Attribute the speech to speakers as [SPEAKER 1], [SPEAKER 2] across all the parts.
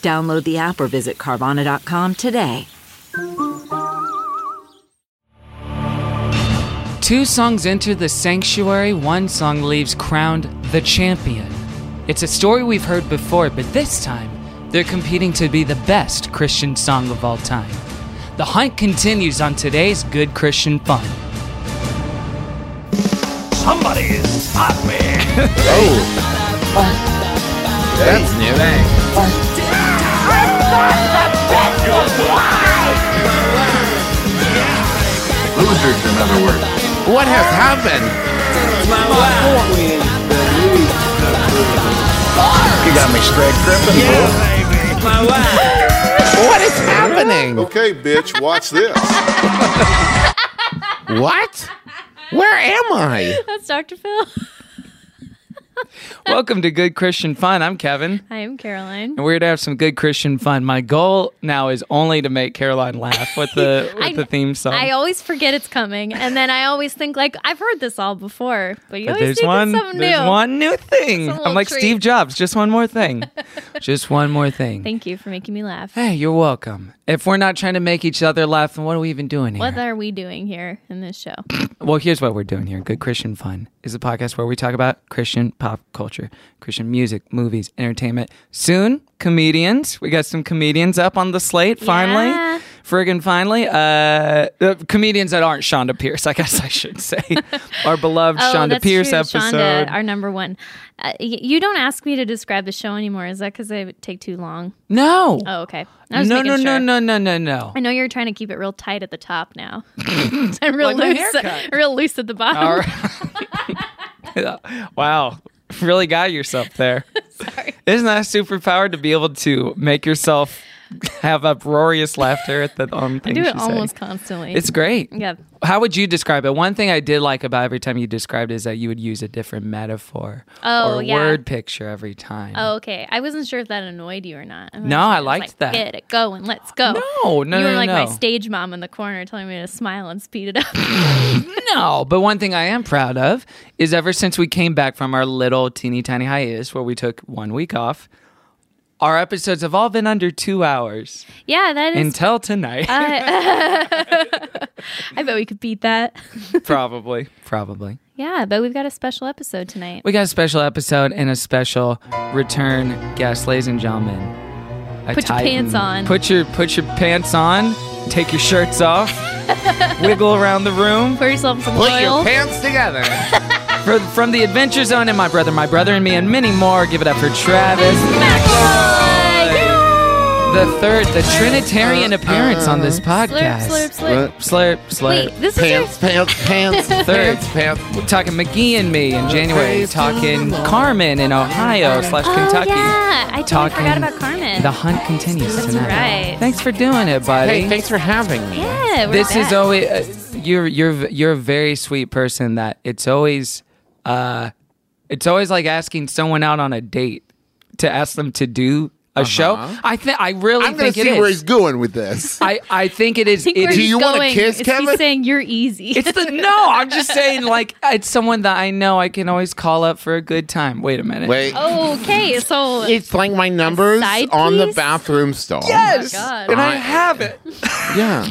[SPEAKER 1] Download the app or visit Carvana.com today.
[SPEAKER 2] Two songs enter the sanctuary, one song leaves crowned the champion. It's a story we've heard before, but this time they're competing to be the best Christian song of all time. The hunt continues on today's Good Christian Fun.
[SPEAKER 3] Somebody's hot man.
[SPEAKER 4] That's new.
[SPEAKER 5] Losers, in other words.
[SPEAKER 4] What has happened?
[SPEAKER 3] You got me straight tripping,
[SPEAKER 4] What is happening?
[SPEAKER 6] Okay, bitch, watch this.
[SPEAKER 4] What? Where am I?
[SPEAKER 7] That's Dr. Phil.
[SPEAKER 2] Welcome to Good Christian Fun. I'm Kevin,
[SPEAKER 7] I am Caroline.
[SPEAKER 2] and we're here to have some good Christian fun. My goal now is only to make Caroline laugh with the with
[SPEAKER 7] I-
[SPEAKER 2] the theme song.
[SPEAKER 7] I always forget it's coming, and then I always think like I've heard this all before, but you
[SPEAKER 2] But
[SPEAKER 7] always
[SPEAKER 2] there's
[SPEAKER 7] think
[SPEAKER 2] one,
[SPEAKER 7] it's something
[SPEAKER 2] there's
[SPEAKER 7] new.
[SPEAKER 2] one new thing.
[SPEAKER 7] Some
[SPEAKER 2] I'm
[SPEAKER 7] little
[SPEAKER 2] like
[SPEAKER 7] treat.
[SPEAKER 2] Steve Jobs. Just one more thing. just one more thing.
[SPEAKER 7] Thank you for making me laugh.
[SPEAKER 2] hey, you're welcome. If we're not trying to make each other laugh, then what are we even doing here?
[SPEAKER 7] What are we doing here in this show?
[SPEAKER 2] Well, here's what we're doing here. Good Christian Fun is a podcast where we talk about Christian pop culture, Christian music, movies, entertainment. Soon, comedians. We got some comedians up on the slate finally.
[SPEAKER 7] Yeah.
[SPEAKER 2] Friggin' finally. Uh, uh, comedians that aren't Shonda Pierce, I guess I should say. Our beloved
[SPEAKER 7] Oh,
[SPEAKER 2] Shonda
[SPEAKER 7] that's
[SPEAKER 2] Pierce
[SPEAKER 7] true.
[SPEAKER 2] episode.
[SPEAKER 7] Shonda, our number one. Uh, y- you don't ask me to describe the show anymore. Is that because I take too long?
[SPEAKER 2] no.
[SPEAKER 7] Oh, okay. I was
[SPEAKER 2] No,
[SPEAKER 7] making
[SPEAKER 2] no, no,
[SPEAKER 7] sure.
[SPEAKER 2] no, no, no, no.
[SPEAKER 7] I know you're trying to keep it real tight at the top now, and real
[SPEAKER 2] Like my
[SPEAKER 7] loose,
[SPEAKER 2] haircut.
[SPEAKER 7] real loose at the bottom.
[SPEAKER 2] All right. wow. Really got yourself there.
[SPEAKER 7] Sorry.
[SPEAKER 2] Isn't that a superpower to be able to make yourself have uproarious laughter at the um,
[SPEAKER 7] I
[SPEAKER 2] things
[SPEAKER 7] do
[SPEAKER 2] you
[SPEAKER 7] it almost
[SPEAKER 2] say?
[SPEAKER 7] constantly.
[SPEAKER 2] It's great.
[SPEAKER 7] yeah.
[SPEAKER 2] How would you describe it? One thing I did like about every time you described it is that you would use a different metaphor
[SPEAKER 7] Oh,
[SPEAKER 2] or
[SPEAKER 7] yeah.
[SPEAKER 2] word picture every time.
[SPEAKER 7] Oh, okay. I wasn't sure if that annoyed you or not. I'm
[SPEAKER 2] No,
[SPEAKER 7] not sure.
[SPEAKER 2] I
[SPEAKER 7] was
[SPEAKER 2] liked
[SPEAKER 7] like,
[SPEAKER 2] that.
[SPEAKER 7] Get it going. Let's go.
[SPEAKER 2] No, no,
[SPEAKER 7] you were
[SPEAKER 2] no,
[SPEAKER 7] like my
[SPEAKER 2] no.
[SPEAKER 7] stage mom in the corner telling me to smile and speed it up.
[SPEAKER 2] No, but one thing I am proud of is ever since we came back from our little teeny tiny hiatus where we took one week off, our episodes have all been under two hours
[SPEAKER 7] yeah, that is.
[SPEAKER 2] until tonight.
[SPEAKER 7] Ah, I bet we could beat that.
[SPEAKER 2] probably. Probably.
[SPEAKER 7] Yeah, but we've got a special episode tonight.
[SPEAKER 2] We got a special episode and a special return guest, ladies and gentlemen. A
[SPEAKER 7] Put your pants on.
[SPEAKER 2] Put your put your pants on. Take your shirts off. wiggle around the room.
[SPEAKER 7] Pour yourself some
[SPEAKER 4] Put
[SPEAKER 7] oil.
[SPEAKER 4] your pants together.
[SPEAKER 2] For, from the Adventure Zone and my brother, my brother and me, and many more. Give it up for Travis. The third, the Trinitarian appearance on this
[SPEAKER 7] Uh, Slurp,
[SPEAKER 2] podcast.
[SPEAKER 7] slurp, slurp.
[SPEAKER 2] slurp, slurp.
[SPEAKER 7] Wait, this
[SPEAKER 4] Pants,
[SPEAKER 7] is
[SPEAKER 4] pants, pants,
[SPEAKER 2] Third.
[SPEAKER 4] pants, pants.
[SPEAKER 2] We're talking McGee and me in January. Talking Carmen in Ohio slash
[SPEAKER 7] your. Oh,
[SPEAKER 2] Kentucky.
[SPEAKER 7] yeah. I totally
[SPEAKER 2] Talking
[SPEAKER 7] forgot about Carmen.
[SPEAKER 2] The hunt continues
[SPEAKER 7] That's
[SPEAKER 2] tonight.
[SPEAKER 7] right.
[SPEAKER 2] Thanks for doing it, buddy.
[SPEAKER 4] Hey, thanks for having me.
[SPEAKER 7] yeah, we're
[SPEAKER 2] this
[SPEAKER 7] back.
[SPEAKER 2] is always uh, you're you're you're a very sweet person. That it's always uh, it's always like asking someone out on a date to ask them to do a show. I think I really
[SPEAKER 4] Uh-huh. I'm gonna
[SPEAKER 2] think it
[SPEAKER 4] see where
[SPEAKER 2] is.
[SPEAKER 4] he's going with this.
[SPEAKER 2] I I think it is.
[SPEAKER 7] I think
[SPEAKER 2] it
[SPEAKER 7] where
[SPEAKER 2] is-
[SPEAKER 4] Do
[SPEAKER 7] he's
[SPEAKER 4] you wanna
[SPEAKER 7] going
[SPEAKER 4] kiss,
[SPEAKER 7] is
[SPEAKER 4] Kevin?
[SPEAKER 7] He's saying you're easy.
[SPEAKER 2] It's the no. I'm just saying, like it's someone that I know I can always call up for a good time. Wait a minute.
[SPEAKER 4] Wait,
[SPEAKER 7] okay, so
[SPEAKER 4] it's like my numbers
[SPEAKER 7] Side
[SPEAKER 4] on the
[SPEAKER 7] piece?
[SPEAKER 4] bathroom stall.
[SPEAKER 2] Yes,
[SPEAKER 7] God.
[SPEAKER 2] and I
[SPEAKER 4] I-
[SPEAKER 2] have it.
[SPEAKER 4] Yeah,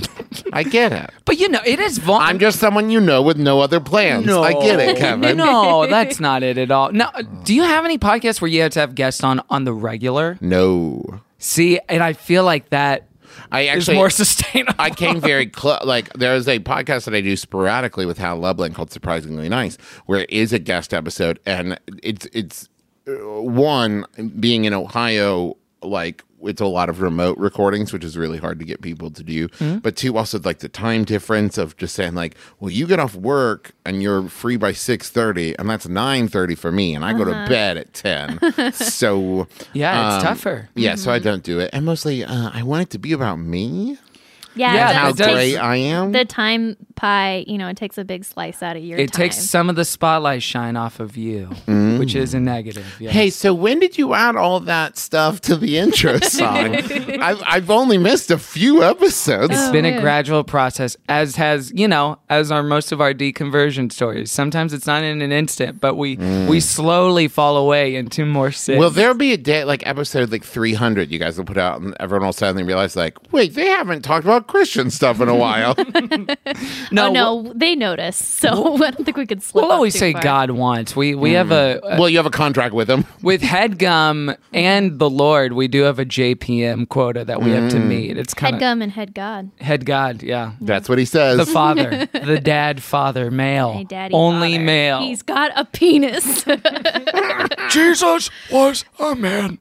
[SPEAKER 4] I get it.
[SPEAKER 2] But you know, it is. Vul-
[SPEAKER 4] I'm just someone you know with no other plans. I get it, Kevin.
[SPEAKER 2] No, that's not it at all. No, do you have any podcasts where you have to have guests on on the regular?
[SPEAKER 4] No.
[SPEAKER 2] See, and I feel like that
[SPEAKER 4] I
[SPEAKER 2] is
[SPEAKER 4] actually
[SPEAKER 2] more sustainable.
[SPEAKER 4] I came very close. Like there is a podcast that I do sporadically with Hal Lublin called Surprisingly Nice, where it is a guest episode, and it's it's uh, one being in Ohio like it's a lot of remote recordings, which is really hard to get people to do.
[SPEAKER 2] Mm-hmm.
[SPEAKER 4] But two, also like the time difference of just saying like, well, you get off work and you're free by six thirty, and that's nine thirty for me, and I go to bed at ten.
[SPEAKER 2] Uh-huh.
[SPEAKER 4] so um,
[SPEAKER 2] Yeah, it's Mm-hmm. tougher.
[SPEAKER 4] Yeah, so I don't do it, and mostly uh, I want it to be about me
[SPEAKER 2] Yeah,
[SPEAKER 7] Yeah, that
[SPEAKER 4] and how
[SPEAKER 2] it does.
[SPEAKER 4] great I am.
[SPEAKER 7] the time pie, you know, it takes a big slice out of your
[SPEAKER 2] It
[SPEAKER 7] time.
[SPEAKER 2] takes some of the spotlight shine off of you, which is a negative. yes.
[SPEAKER 4] Mm. Hey, so when did you add all that stuff to the intro song? I've, I've only missed a few episodes.
[SPEAKER 2] It's
[SPEAKER 7] Oh,
[SPEAKER 2] been a gradual process, as has you know, as are most of our deconversion stories. Sometimes it's not in an instant, but we
[SPEAKER 4] Mm.
[SPEAKER 2] we slowly fall away into more sin.
[SPEAKER 4] Will there be a day like episode like 300 you guys will put out and everyone will suddenly realize like, wait, they haven't talked about Christian stuff in a while.
[SPEAKER 2] no,
[SPEAKER 7] oh
[SPEAKER 2] we'll-
[SPEAKER 7] no, they notice, so I don't think we could slip.
[SPEAKER 2] We'll
[SPEAKER 7] up
[SPEAKER 2] always
[SPEAKER 7] too
[SPEAKER 2] say
[SPEAKER 7] far.
[SPEAKER 2] God wants. We we have a
[SPEAKER 4] well, you have a contract with them.
[SPEAKER 2] with headgum and the Lord. We do have a JPM quota that we
[SPEAKER 4] Mm.
[SPEAKER 2] have to meet. It's
[SPEAKER 7] Head
[SPEAKER 2] kind of
[SPEAKER 7] gum and head God.
[SPEAKER 2] head God, yeah.
[SPEAKER 4] That's what he
[SPEAKER 2] The
[SPEAKER 4] says.
[SPEAKER 2] father, the dad, father, male,
[SPEAKER 7] Hey, daddy.
[SPEAKER 2] only
[SPEAKER 7] father.
[SPEAKER 2] male.
[SPEAKER 7] He's got a penis.
[SPEAKER 2] Jesus was a man.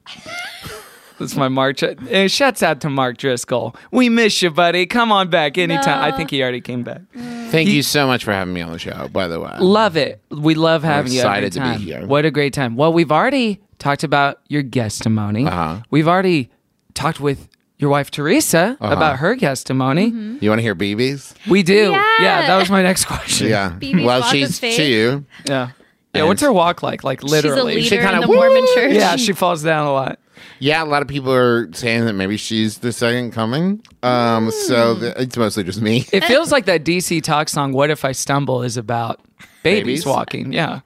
[SPEAKER 2] That's my Mark. Uh, shouts out to Mark Driscoll. We miss you, buddy. Come on back anytime. I think he already came back.
[SPEAKER 4] Thank you so much for having me on the show, by the way.
[SPEAKER 2] Love it. We love having you. every
[SPEAKER 4] excited to be
[SPEAKER 2] time.
[SPEAKER 4] here.
[SPEAKER 2] What a great time. Well, we've already talked about your guestimony.
[SPEAKER 4] Uh-huh.
[SPEAKER 2] We've already talked with your wife Teresa
[SPEAKER 4] Uh-huh.
[SPEAKER 2] about her guestimony.
[SPEAKER 7] Mm-hmm.
[SPEAKER 4] You want to hear BB's?
[SPEAKER 2] We do.
[SPEAKER 7] Yeah.
[SPEAKER 2] that was my next question.
[SPEAKER 4] Yeah.
[SPEAKER 7] BB's
[SPEAKER 4] well,
[SPEAKER 7] walk of
[SPEAKER 4] she's
[SPEAKER 7] faith.
[SPEAKER 4] two.
[SPEAKER 2] Yeah. Yeah, what's her walk like? Like literally.
[SPEAKER 7] She's a leader
[SPEAKER 4] kinda
[SPEAKER 7] in the
[SPEAKER 4] woo-
[SPEAKER 7] Mormon church.
[SPEAKER 2] yeah, she falls down a lot.
[SPEAKER 4] Yeah, a lot of people are saying that maybe she's the second coming. Um, so th- it's mostly just me.
[SPEAKER 2] It feels like that DC talk song, What If I Stumble, is about babies,
[SPEAKER 4] Babies?
[SPEAKER 2] walking. Yeah.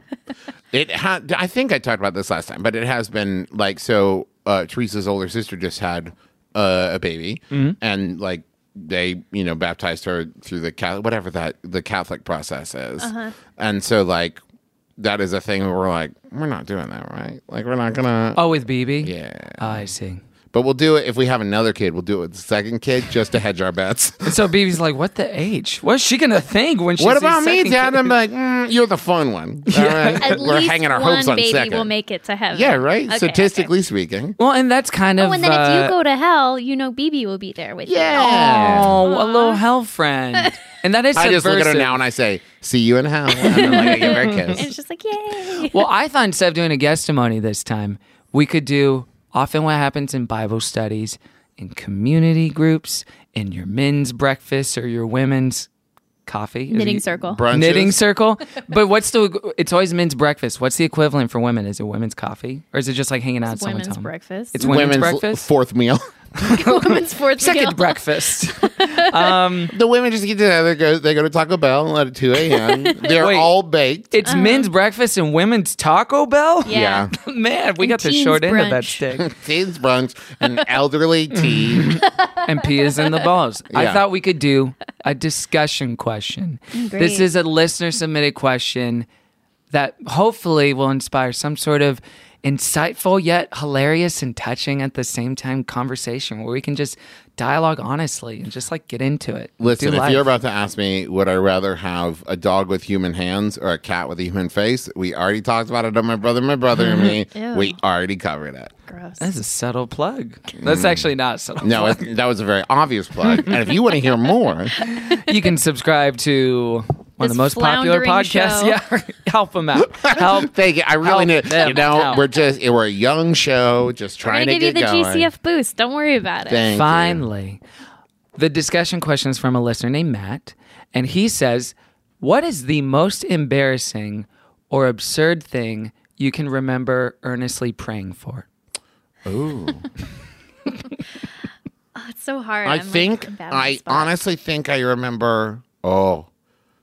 [SPEAKER 4] It ha- I think I talked about this last time, but it has been like so. Uh, Teresa's older sister just had uh, a baby, and like they, you know, baptized her through the Catholic, whatever that the Catholic process is, and so like that is a thing where we're like, we're not doing that, right? Like we're not gonna.
[SPEAKER 2] Oh, with BB?
[SPEAKER 4] Yeah,
[SPEAKER 2] Oh, I see.
[SPEAKER 4] but we'll do it if we have another kid. We'll do it with the second kid just to hedge our bets.
[SPEAKER 2] And so BB's like, what the age? What's she going to think when she
[SPEAKER 4] what
[SPEAKER 2] sees
[SPEAKER 4] about me,
[SPEAKER 2] second
[SPEAKER 4] Dad?
[SPEAKER 2] kid?
[SPEAKER 4] I'm like, mm, you're the fun one. All right?
[SPEAKER 7] At
[SPEAKER 4] we're
[SPEAKER 7] least
[SPEAKER 4] hanging our
[SPEAKER 7] one
[SPEAKER 4] hopes on
[SPEAKER 7] baby
[SPEAKER 4] second.
[SPEAKER 7] will make it to heaven.
[SPEAKER 4] yeah, right.
[SPEAKER 7] Okay,
[SPEAKER 4] Statistically speaking.
[SPEAKER 2] Well, and that's kind
[SPEAKER 7] okay.
[SPEAKER 2] of.
[SPEAKER 7] Oh, and then if
[SPEAKER 2] uh,
[SPEAKER 7] you go to hell, you know BB will be there with you.
[SPEAKER 4] Yeah.
[SPEAKER 2] Oh, a little hell friend. And that is
[SPEAKER 4] I just look at her
[SPEAKER 2] subversive.
[SPEAKER 4] now and I say, "See you in hell." And then like, I give her a
[SPEAKER 7] And
[SPEAKER 4] kiss.
[SPEAKER 7] it's just like, yay.
[SPEAKER 2] Well, I thought instead of doing a guestimony this time, we could do often what happens in Bible studies, in community groups, in your men's breakfast or your women's coffee. Is
[SPEAKER 7] Knitting
[SPEAKER 2] it-
[SPEAKER 7] circle.
[SPEAKER 4] Brunches.
[SPEAKER 2] Knitting circle, but what's the? It's always men's breakfast. What's the equivalent for women? Is it women's coffee, or is it just like hanging out? at someone's
[SPEAKER 7] Women's
[SPEAKER 2] home?
[SPEAKER 7] breakfast.
[SPEAKER 2] It's women's,
[SPEAKER 4] Women's
[SPEAKER 2] breakfast.
[SPEAKER 4] fourth meal.
[SPEAKER 7] women's fourth meal.
[SPEAKER 2] Second breakfast.
[SPEAKER 4] the women just get together. Go, they go to Taco Bell at two a.m. They're
[SPEAKER 2] Wait.
[SPEAKER 4] all baked.
[SPEAKER 2] It's men's breakfast and women's Taco Bell.
[SPEAKER 7] Uh-huh. Yeah.
[SPEAKER 2] Man, we got the
[SPEAKER 7] teens
[SPEAKER 2] short end of that
[SPEAKER 7] brunch.
[SPEAKER 2] stick.
[SPEAKER 4] Teens brunch and elderly tea.
[SPEAKER 2] and P is in the balls. I
[SPEAKER 4] Yeah.
[SPEAKER 2] thought we could do a discussion question. This
[SPEAKER 7] Great.
[SPEAKER 2] is a listener submitted question that hopefully will inspire some sort of insightful yet hilarious and touching at the same time conversation where we can just dialogue honestly and just like get into it.
[SPEAKER 4] Listen,
[SPEAKER 2] Do
[SPEAKER 4] if
[SPEAKER 2] life.
[SPEAKER 4] you're about to ask me, would I rather have a dog with human hands or a cat with a human face? We already talked about it on my brother, my brother,
[SPEAKER 7] Mm-hmm.
[SPEAKER 4] and me.
[SPEAKER 7] Ew.
[SPEAKER 4] We already covered it.
[SPEAKER 7] Gross.
[SPEAKER 2] that's a subtle plug. That's actually not a subtle.
[SPEAKER 4] Mm. No,
[SPEAKER 2] plug.
[SPEAKER 4] it, that was a very obvious plug. And if you want to hear more,
[SPEAKER 2] you can subscribe to one of the
[SPEAKER 7] This
[SPEAKER 2] most popular
[SPEAKER 7] floundering
[SPEAKER 2] podcasts.
[SPEAKER 7] show.
[SPEAKER 2] Yeah, help them out. Help
[SPEAKER 4] Thank you. I really
[SPEAKER 2] Help
[SPEAKER 4] need.
[SPEAKER 2] them
[SPEAKER 4] You know,
[SPEAKER 2] out.
[SPEAKER 4] we're just we're a young show, just
[SPEAKER 7] We're
[SPEAKER 4] trying
[SPEAKER 7] gonna
[SPEAKER 4] to
[SPEAKER 7] give you
[SPEAKER 4] get
[SPEAKER 7] the
[SPEAKER 4] going.
[SPEAKER 7] GCF boost. Don't worry about it.
[SPEAKER 4] Thank you.
[SPEAKER 2] Finally, the discussion question is from a listener named Matt, and he says, "What is the most embarrassing or absurd thing you can remember earnestly praying for?"
[SPEAKER 7] It's so hard.
[SPEAKER 4] I
[SPEAKER 7] I'm, like,
[SPEAKER 4] think
[SPEAKER 7] I'm bad on the
[SPEAKER 4] I
[SPEAKER 7] spot.
[SPEAKER 4] honestly think I remember. Oh,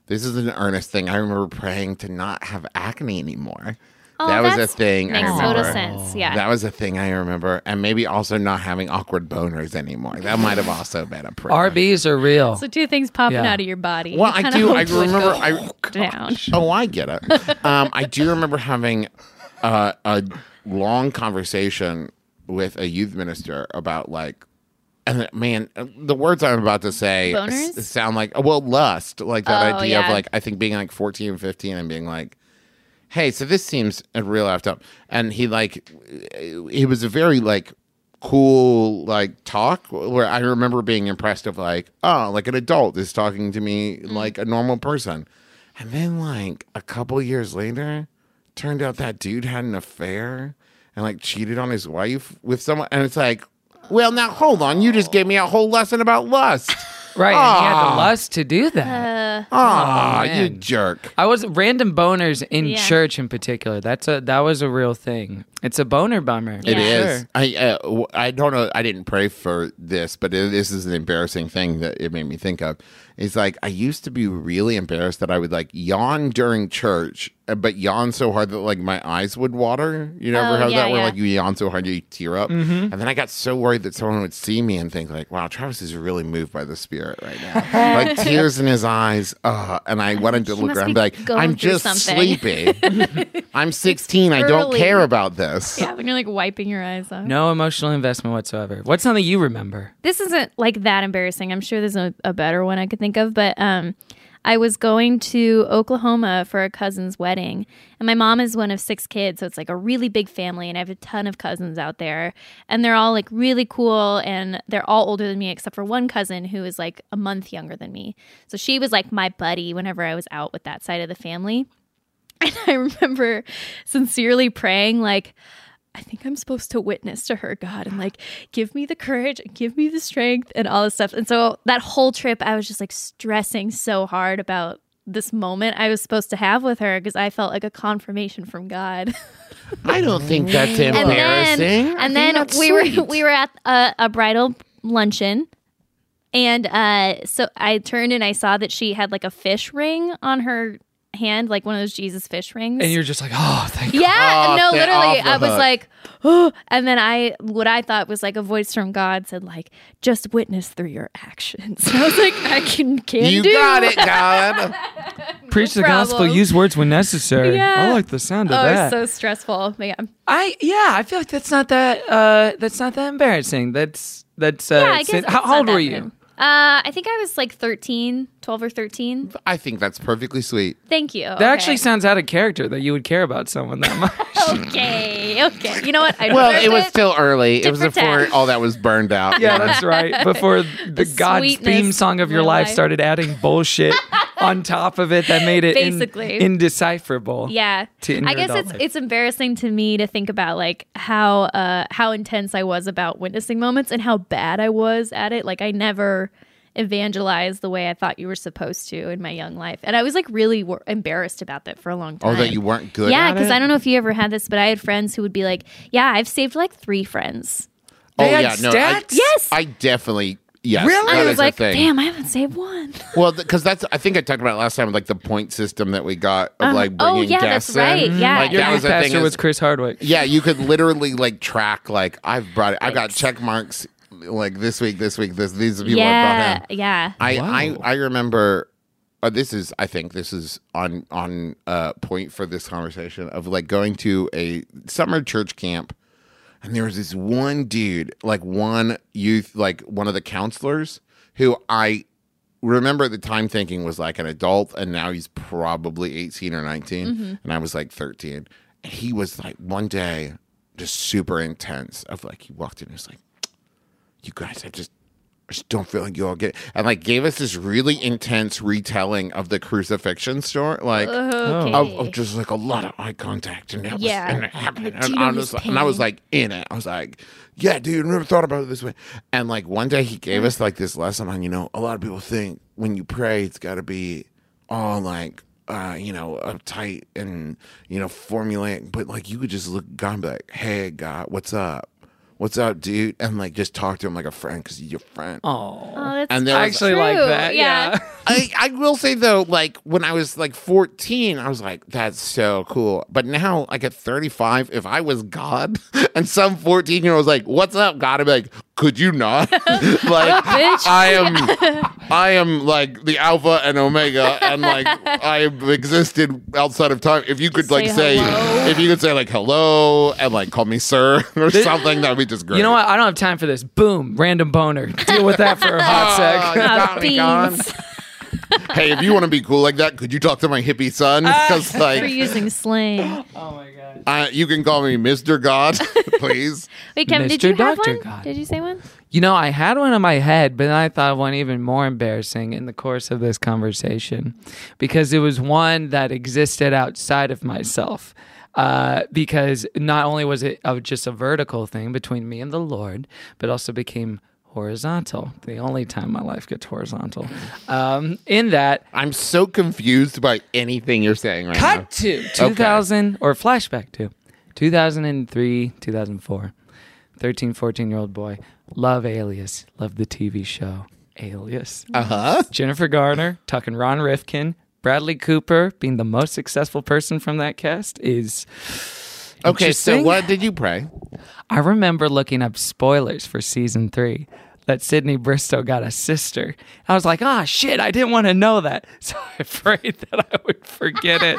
[SPEAKER 4] this is an earnest thing. I remember praying to not have acne anymore.
[SPEAKER 7] Oh,
[SPEAKER 4] that was a
[SPEAKER 7] that's-
[SPEAKER 4] thing. I
[SPEAKER 7] Makes
[SPEAKER 4] remember.
[SPEAKER 7] total sense. Yeah.
[SPEAKER 4] That was a thing I remember, and maybe also not having awkward boners anymore. That might have also been a prayer.
[SPEAKER 2] RBs are real.
[SPEAKER 7] so two things popping
[SPEAKER 2] Yeah.
[SPEAKER 7] out of your body.
[SPEAKER 4] Well,
[SPEAKER 7] You
[SPEAKER 4] I
[SPEAKER 7] kinda
[SPEAKER 4] do.
[SPEAKER 7] hope
[SPEAKER 4] I
[SPEAKER 7] it would
[SPEAKER 4] remember.
[SPEAKER 7] go
[SPEAKER 4] I
[SPEAKER 7] down.
[SPEAKER 4] Oh, I get it. Um, I do remember having uh, a long conversation with a youth minister about like, and man, the words I'm about to say
[SPEAKER 7] Boners?
[SPEAKER 4] s- sound like well, lust, like that
[SPEAKER 7] Oh,
[SPEAKER 4] idea of
[SPEAKER 7] yeah.
[SPEAKER 4] like I think being like 14 and 15 and being like. Hey, so this seems uh, real effed up. And he like, he was a very like cool like talk where I remember being impressed of like, oh, like an adult is talking to me
[SPEAKER 7] Mm.
[SPEAKER 4] like a normal person. And then like a couple years later, turned out that dude had an affair and like cheated on his wife with someone and it's like, well, now hold on, you just gave me a whole lesson about lust.
[SPEAKER 2] Right, and he had the lust to do that.
[SPEAKER 7] Oh,
[SPEAKER 4] Ah, you
[SPEAKER 2] man.
[SPEAKER 4] jerk.
[SPEAKER 2] I was random boners in
[SPEAKER 7] Uh, Yeah.
[SPEAKER 2] church in particular. That's a that was a real thing. It's a boner bummer.
[SPEAKER 4] It
[SPEAKER 7] Yeah.
[SPEAKER 4] is. I uh, w- I don't know. I didn't pray for this, but it, this is an embarrassing thing that it made me think of. It's like I used to be really embarrassed that I would like yawn during church, uh, but yawn so hard that like my eyes would water. You know,
[SPEAKER 7] Oh,
[SPEAKER 4] ever have
[SPEAKER 7] yeah,
[SPEAKER 4] that where
[SPEAKER 7] yeah.
[SPEAKER 4] like you yawn so hard you tear up, and then I got so worried that someone would see me and think like, "Wow, Travis is really moved by the Spirit right now, like tears in his eyes." Uh, and I wanted to
[SPEAKER 7] He
[SPEAKER 4] look
[SPEAKER 7] must
[SPEAKER 4] around, and
[SPEAKER 7] be
[SPEAKER 4] be like,
[SPEAKER 7] going
[SPEAKER 4] "I'm
[SPEAKER 7] through
[SPEAKER 4] just
[SPEAKER 7] something."
[SPEAKER 4] sleepy. I'm 16. I don't
[SPEAKER 7] early.
[SPEAKER 4] care about this."
[SPEAKER 7] Yeah, when you're like wiping your eyes off.
[SPEAKER 2] No emotional investment whatsoever. What's something you remember?
[SPEAKER 7] this isn't like that embarrassing. I'm sure there's a, a better one I could think of, but um, I was going to Oklahoma for a cousin's wedding, and my mom is one of six kids, so it's like a really big family, and I have a ton of cousins out there, and they're all like really cool, and they're all older than me except for one cousin who is like a month younger than me. So she was like my buddy whenever I was out with that side of the family. And I remember sincerely praying, like, I think I'm supposed to witness to her, God, and like, give me the courage, and give me the strength, and all this stuff. And so that whole trip, I was just like stressing so hard about this moment I was supposed to have with her because I felt like a confirmation from God.
[SPEAKER 4] I don't think that's
[SPEAKER 7] and
[SPEAKER 4] embarrassing.
[SPEAKER 7] then, and then we were we were at a, a bridal luncheon, and uh, so I turned and I saw that she had like a fish ring on her hand, like one of those Jesus fish rings.
[SPEAKER 2] And you're just like, oh, thank God.
[SPEAKER 7] Yeah,
[SPEAKER 4] off
[SPEAKER 7] no,
[SPEAKER 4] the-
[SPEAKER 7] literally,
[SPEAKER 4] off the
[SPEAKER 7] I was
[SPEAKER 4] hook.
[SPEAKER 7] like, oh, and then I, what I thought was like a voice from God said, like, just witness through your actions. I was like, I can, can
[SPEAKER 4] you
[SPEAKER 7] do.
[SPEAKER 4] got it, God.
[SPEAKER 2] Preach the gospel,
[SPEAKER 7] problem.
[SPEAKER 2] use words when necessary.
[SPEAKER 7] Yeah.
[SPEAKER 2] I like the sound of
[SPEAKER 7] Oh,
[SPEAKER 2] that.
[SPEAKER 7] it's so stressful. But yeah,
[SPEAKER 2] I yeah, I feel like that's not that uh that's not that embarrassing. That's that's uh
[SPEAKER 7] yeah I
[SPEAKER 2] sin-
[SPEAKER 7] guess
[SPEAKER 2] how,
[SPEAKER 7] it's
[SPEAKER 2] how old
[SPEAKER 7] not
[SPEAKER 2] were
[SPEAKER 7] that
[SPEAKER 2] you?
[SPEAKER 7] bad. Uh, I think I was like 13, 12 or 13.
[SPEAKER 4] I think that's perfectly sweet.
[SPEAKER 7] Thank you.
[SPEAKER 2] That actually sounds out of character that you would care about someone that much.
[SPEAKER 7] Okay, okay. You know what? I
[SPEAKER 4] Well,
[SPEAKER 7] deserved
[SPEAKER 4] it was still early.
[SPEAKER 7] to
[SPEAKER 4] It was before
[SPEAKER 7] protect.
[SPEAKER 4] all that was burned out.
[SPEAKER 2] yeah, that's right. Before the, God's
[SPEAKER 7] sweetness
[SPEAKER 2] theme song of
[SPEAKER 7] of
[SPEAKER 2] your
[SPEAKER 7] my
[SPEAKER 2] life
[SPEAKER 7] life.
[SPEAKER 2] started adding bullshit on top of it that made it in-
[SPEAKER 7] Basically.
[SPEAKER 2] indecipherable.
[SPEAKER 7] Yeah.
[SPEAKER 2] to in
[SPEAKER 7] I
[SPEAKER 2] your
[SPEAKER 7] guess
[SPEAKER 2] adult
[SPEAKER 7] it's
[SPEAKER 2] life.
[SPEAKER 7] it's embarrassing to me to think about like how uh how intense I was about witnessing moments and how bad I was at it. Like I never evangelized the way I thought you were supposed to in my young life. And I was like really wor- embarrassed about that for a long time.
[SPEAKER 4] Oh, that you weren't good
[SPEAKER 7] Yeah,
[SPEAKER 4] at
[SPEAKER 7] because
[SPEAKER 4] it?
[SPEAKER 7] I don't know if you ever had this, but I had friends who would be like, "Yeah, I've saved like three friends."
[SPEAKER 4] Oh,
[SPEAKER 2] They had
[SPEAKER 4] yeah. No, I,
[SPEAKER 2] stats?
[SPEAKER 7] Yes.
[SPEAKER 4] I definitely. Yes.
[SPEAKER 2] Really?
[SPEAKER 4] that
[SPEAKER 7] I
[SPEAKER 4] is
[SPEAKER 7] was like,
[SPEAKER 4] a thing.
[SPEAKER 7] "Damn, I haven't saved one."
[SPEAKER 4] Well, because that's. I think I talked about it last time, like the point system that we got of like
[SPEAKER 7] oh,
[SPEAKER 4] bringing
[SPEAKER 7] yeah, that's
[SPEAKER 4] guests
[SPEAKER 7] right.
[SPEAKER 4] in. Mm-hmm.
[SPEAKER 7] Yeah.
[SPEAKER 4] Like,
[SPEAKER 7] Your
[SPEAKER 4] that was
[SPEAKER 2] Youth
[SPEAKER 4] the thing.
[SPEAKER 2] pastor
[SPEAKER 4] is-
[SPEAKER 2] was Chris Hardwick.
[SPEAKER 4] yeah, you could literally like track. Like I've brought. I've got check marks. Like this week, this week, this. These are people I brought in.
[SPEAKER 7] yeah, yeah.
[SPEAKER 4] I, I I remember. Uh, this is I think this is on on uh, point for this conversation of like going to a summer church camp, and there was this one dude, like one youth, like one of the counselors, who I remember at the time thinking was like an adult, and now he's probably eighteen or 19 and I was like thirteen. And he was like one day just super intense of like he walked in and was like you guys, I just, I just don't feel like you all get it. And like gave us this really intense retelling of the crucifixion story, like
[SPEAKER 7] Okay.
[SPEAKER 4] of, of just like a lot of eye contact and that was-
[SPEAKER 7] Yeah.
[SPEAKER 4] and it happened.
[SPEAKER 7] dude
[SPEAKER 4] And I,
[SPEAKER 7] in
[SPEAKER 4] was,
[SPEAKER 7] his
[SPEAKER 4] and I was
[SPEAKER 7] pain.
[SPEAKER 4] like in it. I was like, yeah, dude, never thought about it this way. And like one day he
[SPEAKER 7] Mm.
[SPEAKER 4] gave us like this lesson on, you know, a lot of people think when you pray, it's got to be all like, uh, you know, uptight and you know, formulaic. But like, you could just look at God and be like, "Hey, God, what's up? What's up, dude?" And like, just talk to him like a friend because he's your friend.
[SPEAKER 7] oh, that's
[SPEAKER 4] And there
[SPEAKER 2] I
[SPEAKER 4] was-
[SPEAKER 2] actually like
[SPEAKER 7] True,
[SPEAKER 2] that.
[SPEAKER 7] yeah.
[SPEAKER 2] Yeah.
[SPEAKER 4] I, I will say though, like when I was like 14, I was like, that's so cool. But now, like at 35, if I was God and some 14 year old was like, what's up, God? I'd be like, could you not? like, I am, I am like the Alpha and Omega, and like I have existed outside of time. If you could like say,
[SPEAKER 7] say hello.
[SPEAKER 4] if you could say like hello and like call me sir or something, that'd be just great.
[SPEAKER 2] You know what? I don't have time for this. Boom, random boner. Deal with that for a hot
[SPEAKER 4] Oh, you
[SPEAKER 2] sec.
[SPEAKER 4] got me, God.
[SPEAKER 7] Beans. Uh,
[SPEAKER 4] Hey, if you want to be cool like that, could you talk to my hippie son? Because like,
[SPEAKER 7] We're using slang.
[SPEAKER 2] Oh my god.
[SPEAKER 4] Uh, you can call me Mr. God, please.
[SPEAKER 7] Wait, Kevin, did
[SPEAKER 2] Mr.
[SPEAKER 7] you have
[SPEAKER 2] Dr.
[SPEAKER 7] one?
[SPEAKER 2] God.
[SPEAKER 7] Did you say one?
[SPEAKER 2] You know, I had one in my head, but then I thought of one even more embarrassing in the course of this conversation because it was one that existed outside of myself. Uh, because not only was it of just a vertical thing between me and the Lord, but also became horizontal. The only time my life gets horizontal. Um, in that,
[SPEAKER 4] I'm so confused by anything you're saying right now.
[SPEAKER 2] cut to 2000 or flashback to 2003 2004 13 14 year old boy love alias love the tv show alias uh-huh jennifer garner talking ron rifkin bradley cooper being the most successful person from that cast is
[SPEAKER 4] Okay, so
[SPEAKER 2] Interesting.
[SPEAKER 4] what did you pray?
[SPEAKER 2] I remember looking up spoilers for season three that Sydney Bristow got a sister. I was like, ah, shit, I didn't want to know that. So I prayed that I would forget it.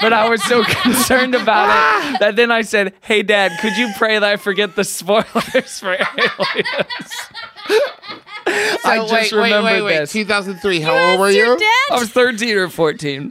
[SPEAKER 2] but I was so concerned about it that then I said, hey, dad, could you pray that I forget the spoilers for aliens? I just
[SPEAKER 4] wait, wait,
[SPEAKER 2] remembered
[SPEAKER 4] wait, wait.
[SPEAKER 2] this.
[SPEAKER 4] 2003, how old were you?
[SPEAKER 2] I was 13 or 14.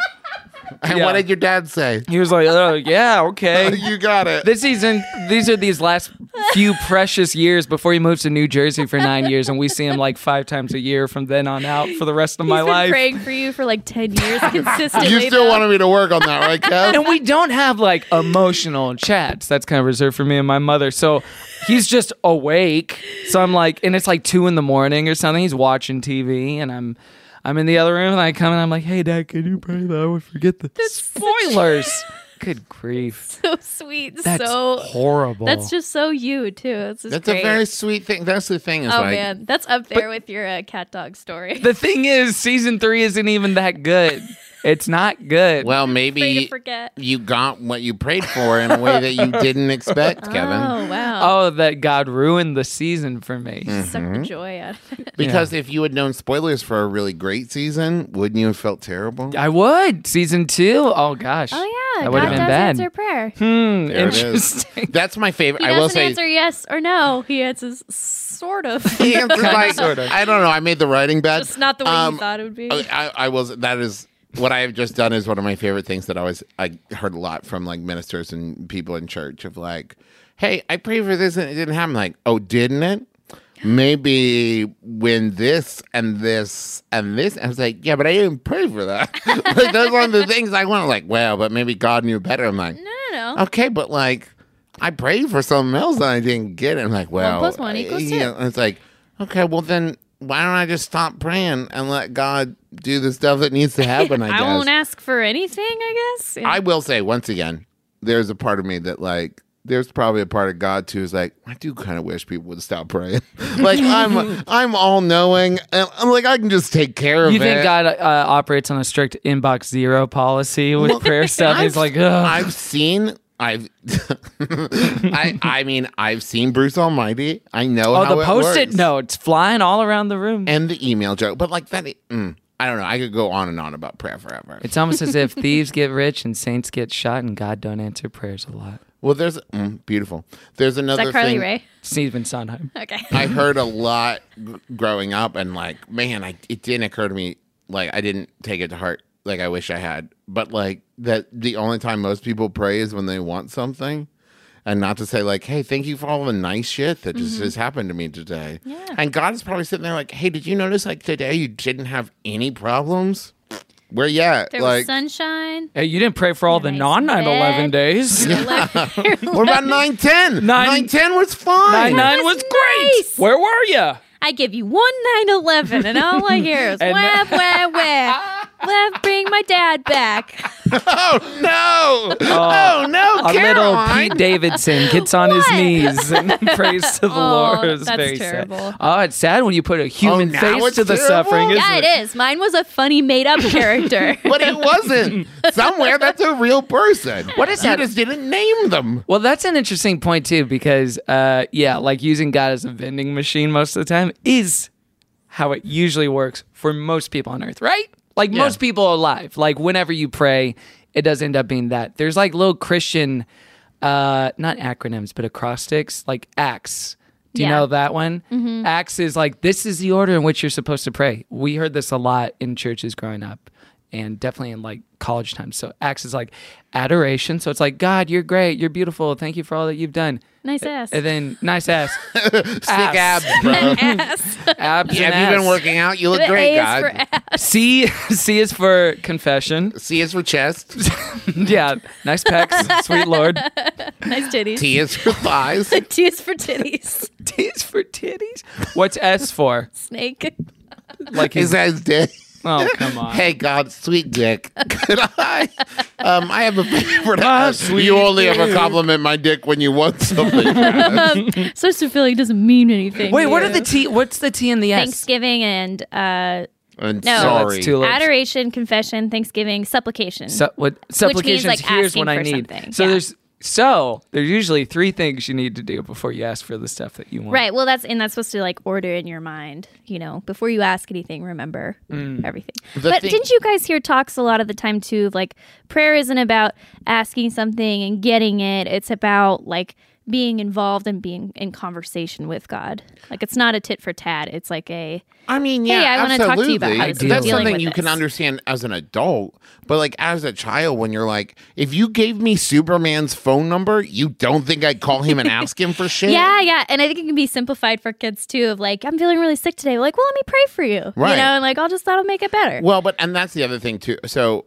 [SPEAKER 4] And
[SPEAKER 2] Yeah.
[SPEAKER 4] what did your dad say?
[SPEAKER 2] He was like, oh, yeah, okay.
[SPEAKER 4] you got it.
[SPEAKER 2] This season, these are these last few precious years before he moves to New Jersey for nine years, and we see him like five times a year from then on out for the rest of my
[SPEAKER 7] He's been
[SPEAKER 2] life.
[SPEAKER 7] praying for you for like 10 years consistently.
[SPEAKER 4] you still
[SPEAKER 7] though.
[SPEAKER 4] wanted me to work on that, right, Kev?
[SPEAKER 2] And we don't have like emotional chats. That's kind of reserved for me and my mother. So he's just awake. So I'm like, and it's like two in the morning or something. He's watching TV, and I'm. I'm in the other room and I come and I'm like, hey, dad, can you pray that I would forget the spoilers? Good grief.
[SPEAKER 7] so sweet.
[SPEAKER 2] That's
[SPEAKER 7] so
[SPEAKER 2] horrible.
[SPEAKER 7] That's just so you too. That's, just
[SPEAKER 4] That's
[SPEAKER 7] great.
[SPEAKER 4] a very sweet thing. That's the thing is
[SPEAKER 7] Oh
[SPEAKER 4] like
[SPEAKER 7] man, that's up there with your uh, cat dog story.
[SPEAKER 2] The thing is, season three isn't even that good. It's not good.
[SPEAKER 4] Well,
[SPEAKER 7] Afraid
[SPEAKER 4] maybe
[SPEAKER 7] to forget.
[SPEAKER 4] you got what you prayed for in a way that you didn't expect, Kevin.
[SPEAKER 7] Oh wow,
[SPEAKER 2] oh, that God ruined the season for me.
[SPEAKER 4] Hmm. Oh,
[SPEAKER 7] suck
[SPEAKER 4] mm-hmm.
[SPEAKER 7] the joy out of it.
[SPEAKER 4] Because if you had known spoilers for a really great season, wouldn't you have felt terrible?
[SPEAKER 2] I would season two. Oh gosh.
[SPEAKER 7] Oh yeah,
[SPEAKER 2] that
[SPEAKER 7] God
[SPEAKER 2] would have been
[SPEAKER 7] does
[SPEAKER 2] bad.
[SPEAKER 7] answer prayer.
[SPEAKER 2] Hmm,
[SPEAKER 4] There it is.
[SPEAKER 2] interesting.
[SPEAKER 4] That's my favorite.
[SPEAKER 7] He
[SPEAKER 4] I will
[SPEAKER 7] doesn't
[SPEAKER 4] say.
[SPEAKER 7] answer yes or no. He answers sort of.
[SPEAKER 4] He answered like,
[SPEAKER 2] sort of.
[SPEAKER 4] I don't know. I made the writing bad.
[SPEAKER 7] It's not the way
[SPEAKER 4] Um,
[SPEAKER 7] you thought it would be.
[SPEAKER 4] I, I- I was. That is what I have just done is one of my favorite things that I always I heard a lot from like ministers and people in church of like, hey, I prayed for this and it didn't happen. Like, oh, didn't it? Maybe when this and this and this, I was like, yeah, but I didn't pray for that. like, those are the things I want. Like, well, but maybe God knew better. I'm like,
[SPEAKER 7] no, no.
[SPEAKER 4] okay, but like, I prayed for something else and I didn't get it. I'm like, well,
[SPEAKER 7] plus one equals
[SPEAKER 4] you
[SPEAKER 7] two.
[SPEAKER 4] know, it's like, okay, well then, why don't I just stop praying and let God do the stuff that needs to happen? I,
[SPEAKER 7] I,
[SPEAKER 4] guess.
[SPEAKER 7] won't ask for anything. I guess. Yeah.
[SPEAKER 4] I will say once again, there's a part of me that like. There's probably a part of God too is like I do kind of wish people would stop praying. like I'm, I'm all knowing. and I'm like I can just take care of
[SPEAKER 2] You
[SPEAKER 4] it.
[SPEAKER 2] think God uh, operates on a strict inbox zero policy with prayer stuff? He's like, ugh.
[SPEAKER 4] I've seen. I've, I, I mean, I've seen Bruce Almighty. I know
[SPEAKER 2] Oh,
[SPEAKER 4] how
[SPEAKER 2] the
[SPEAKER 4] it
[SPEAKER 2] post-it
[SPEAKER 4] works.
[SPEAKER 2] notes flying all around the room.
[SPEAKER 4] and the email joke, but like that. Mm, I don't know. I could go on and on about prayer forever.
[SPEAKER 2] It's almost as if thieves get rich and saints get shot, and God don't answer prayers a lot.
[SPEAKER 4] well, there's mm, beautiful. There's another
[SPEAKER 7] Is that Carly
[SPEAKER 4] thing
[SPEAKER 7] Rae?
[SPEAKER 2] Stephen Sondheim.
[SPEAKER 7] Okay.
[SPEAKER 4] I heard a lot g- growing up, and like, man, I, it didn't occur to me. Like, I didn't take it to heart. Like, I wish I had. But like that, the only time most people pray is when they want something. And not to say like, hey, thank you for all the nice shit that just,
[SPEAKER 7] Mm-hmm.
[SPEAKER 4] just happened to me today. Yeah. And God is probably sitting there like, hey, did you notice like today you didn't have any problems? Where you at?
[SPEAKER 7] There
[SPEAKER 4] like,
[SPEAKER 7] was sunshine.
[SPEAKER 2] Hey, you didn't pray for all the
[SPEAKER 7] Nice
[SPEAKER 2] non 9 11
[SPEAKER 7] bed.
[SPEAKER 2] days.
[SPEAKER 4] What about 910?
[SPEAKER 2] Nine-
[SPEAKER 4] 910 was fine.
[SPEAKER 2] 9 9 was
[SPEAKER 7] was
[SPEAKER 2] great.
[SPEAKER 7] nice.
[SPEAKER 2] Where were you?
[SPEAKER 7] I give you one nine eleven, and all I hear is
[SPEAKER 2] And-
[SPEAKER 7] wah wah wah. Let bring my dad back.
[SPEAKER 4] Oh, no. oh, no.
[SPEAKER 2] a little
[SPEAKER 4] Caroline.
[SPEAKER 2] Pete Davidson gets on his
[SPEAKER 7] What?
[SPEAKER 2] knees and prays to the
[SPEAKER 7] Oh,
[SPEAKER 2] Lord. It's
[SPEAKER 7] that's
[SPEAKER 2] very
[SPEAKER 7] terrible.
[SPEAKER 2] sad. Oh, it's sad when you put a human
[SPEAKER 4] now
[SPEAKER 2] face
[SPEAKER 4] it's
[SPEAKER 2] to the
[SPEAKER 4] terrible?
[SPEAKER 2] suffering, isn't
[SPEAKER 7] Yeah, it is. Mine was a funny made up character.
[SPEAKER 4] but it wasn't. Somewhere that's a real person. What is that? You just didn't name them.
[SPEAKER 2] Well, that's an interesting point too, because uh, yeah, like using God as a vending machine most of the time is how it usually works for most people on Earth, right? Like most people alive. Like whenever you pray, it does end up being that. There's like little Christian, uh, not acronyms, but acrostics, like acts. Do you
[SPEAKER 7] Yeah.
[SPEAKER 2] know that one?
[SPEAKER 4] Mm-hmm.
[SPEAKER 2] Acts is like this is the order in which you're supposed to pray. We heard this a lot in churches growing up. and definitely in like college time. So acts is like adoration. So it's like God, you're great, you're beautiful, thank you for all that you've done.
[SPEAKER 7] Nice ass.
[SPEAKER 2] And then nice ass, sick abs,
[SPEAKER 7] ass.
[SPEAKER 2] abs.
[SPEAKER 4] Yeah,
[SPEAKER 2] and
[SPEAKER 4] have you been
[SPEAKER 2] ass.
[SPEAKER 4] working out? You look
[SPEAKER 7] The
[SPEAKER 4] great,
[SPEAKER 7] A is
[SPEAKER 4] God.
[SPEAKER 7] for ass.
[SPEAKER 2] C C is for confession.
[SPEAKER 4] C is for chest.
[SPEAKER 2] Yeah, nice pecs, sweet lord.
[SPEAKER 7] Nice titties.
[SPEAKER 4] T is for thighs.
[SPEAKER 7] T is for titties.
[SPEAKER 2] D is for titties. What's S for?
[SPEAKER 7] Snake.
[SPEAKER 2] Like his,
[SPEAKER 4] Is that his dick?
[SPEAKER 2] oh come on.
[SPEAKER 4] Hey, God, sweet dick. Could I? Um, I have a favorite.
[SPEAKER 2] Ah,
[SPEAKER 4] ass.
[SPEAKER 2] sweet
[SPEAKER 4] you only ever
[SPEAKER 2] dick.
[SPEAKER 4] compliment my dick when you want something.
[SPEAKER 7] Source of feeling doesn't mean anything.
[SPEAKER 2] Wait,
[SPEAKER 7] to
[SPEAKER 2] what
[SPEAKER 7] you.
[SPEAKER 2] are the T? What's the T and the S?
[SPEAKER 7] Thanksgiving and uh,
[SPEAKER 4] I'm
[SPEAKER 7] No.
[SPEAKER 2] Oh,
[SPEAKER 4] sorry.
[SPEAKER 2] that's two lips.
[SPEAKER 7] adoration, confession, Thanksgiving, supplication.
[SPEAKER 2] Su- what supplications?
[SPEAKER 7] like,
[SPEAKER 2] here's
[SPEAKER 7] asking
[SPEAKER 2] what I
[SPEAKER 7] for
[SPEAKER 2] need.
[SPEAKER 7] something,
[SPEAKER 2] So
[SPEAKER 7] yeah.
[SPEAKER 2] there's so there's usually three things you need to do before you ask for the stuff that you want.
[SPEAKER 7] right. Well, that's and that's supposed to like order in your mind. You know, before you ask anything, remember everything. but
[SPEAKER 4] Mm. thing-
[SPEAKER 7] didn't you guys hear talks a lot of the time too? Of like prayer isn't about asking something and getting it. It's about like being involved and being in conversation with God. Like it's not a tit for tat. It's like a
[SPEAKER 4] I mean,
[SPEAKER 7] Hey,
[SPEAKER 4] yeah,
[SPEAKER 7] I wanna
[SPEAKER 4] absolutely.
[SPEAKER 7] talk to you about how this is
[SPEAKER 4] That's
[SPEAKER 7] dealing
[SPEAKER 4] something
[SPEAKER 7] with
[SPEAKER 4] you can
[SPEAKER 7] this.
[SPEAKER 4] understand as an adult, but like as a child, when you're like, if you gave me Superman's phone number, you don't think I'd call him and ask him for shit?
[SPEAKER 7] Yeah, yeah. And I think it can be simplified for kids too of like, I'm feeling really sick today. Like, well, let me pray for you.
[SPEAKER 4] Right.
[SPEAKER 7] You know, and like, I'll just, that'll make it better.
[SPEAKER 4] Well, but and that's the other thing too. So,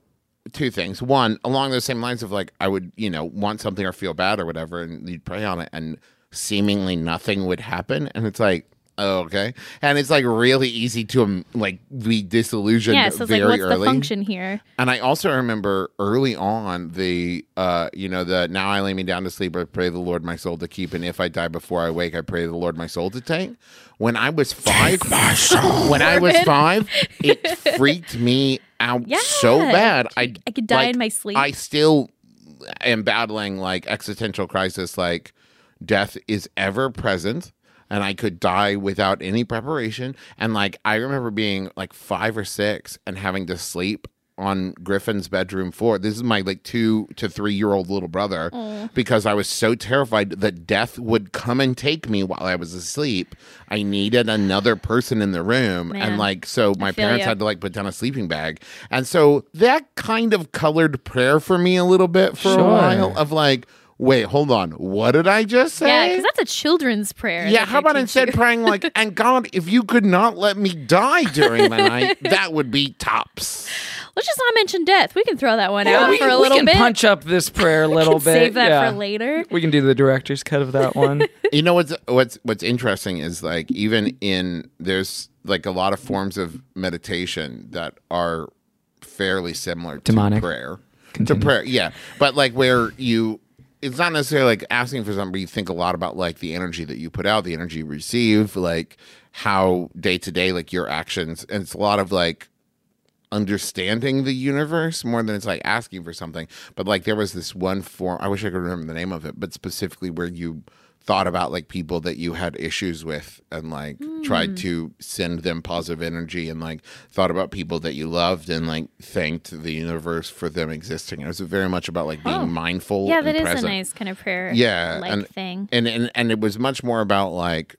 [SPEAKER 4] two things. One, along those same lines of like, I would you know want something or feel bad or whatever, and you'd pray on it, and seemingly nothing would happen, and it's like. Oh, okay, and it's like really easy to um, like be disillusioned
[SPEAKER 7] yeah. So it's
[SPEAKER 4] very
[SPEAKER 7] like, what's
[SPEAKER 4] early.
[SPEAKER 7] the function here?
[SPEAKER 4] And I also remember early on the uh, you know, the now I lay me down to sleep, I pray the Lord my soul to keep, and if I die before I wake, I pray the Lord my soul to take. When I was five when I was five, it freaked me out
[SPEAKER 7] Yeah.
[SPEAKER 4] so bad. I
[SPEAKER 7] I could die
[SPEAKER 4] like,
[SPEAKER 7] in my sleep.
[SPEAKER 4] I still am battling like existential crisis, like death is ever present. And I could die without any preparation. And like, I remember being like five or six and having to sleep on Griffin's bedroom floor. This is my like two to three year old little brother because I was so terrified that death would come and take me while I was asleep. I needed another person in the room. And
[SPEAKER 7] Man.
[SPEAKER 4] like, so my
[SPEAKER 7] feel
[SPEAKER 4] parents
[SPEAKER 7] ya.
[SPEAKER 4] had to like put down a sleeping bag. And so that kind of colored prayer for me a little bit for a
[SPEAKER 2] Sure.
[SPEAKER 4] while of like, wait, hold on, what did I just say?
[SPEAKER 7] Yeah. Cause that's a children's prayer.
[SPEAKER 4] Yeah,
[SPEAKER 7] that
[SPEAKER 4] how
[SPEAKER 7] they
[SPEAKER 4] about
[SPEAKER 7] teach
[SPEAKER 4] instead
[SPEAKER 7] you.
[SPEAKER 4] praying like, and God, if you could not let me die during the night, that would be tops.
[SPEAKER 7] Let's just not mention death. We can throw that one
[SPEAKER 2] Yeah,
[SPEAKER 7] out
[SPEAKER 2] we,
[SPEAKER 7] for a
[SPEAKER 2] we
[SPEAKER 7] little
[SPEAKER 2] can
[SPEAKER 7] bit.
[SPEAKER 2] punch up this prayer a little bit.
[SPEAKER 7] Save that
[SPEAKER 2] yeah.
[SPEAKER 7] for later.
[SPEAKER 2] We can do the director's cut of that one.
[SPEAKER 4] You know what's what's what's interesting is like even in there's like a lot of forms of meditation that are fairly similar
[SPEAKER 2] Demonic.
[SPEAKER 4] to prayer.
[SPEAKER 2] Continue.
[SPEAKER 4] To prayer, yeah. But like where you it's not necessarily like asking for something, but you think a lot about like the energy that you put out, the energy you receive, like how day to day, like your actions. And it's a lot of like understanding the universe more than it's like asking for something. But like there was this one form, I wish I could remember the name of it, but specifically where you thought about like people that you had issues with and like
[SPEAKER 7] Hmm.
[SPEAKER 4] tried to send them positive energy and like thought about people that you loved and like thanked the universe for them existing. It was very much about like being mindful.
[SPEAKER 7] Oh. Yeah,
[SPEAKER 4] and
[SPEAKER 7] that is
[SPEAKER 4] present
[SPEAKER 7] a nice kind of prayer.
[SPEAKER 4] yeah
[SPEAKER 7] Like
[SPEAKER 4] and,
[SPEAKER 7] thing.
[SPEAKER 4] and and and it was much more about like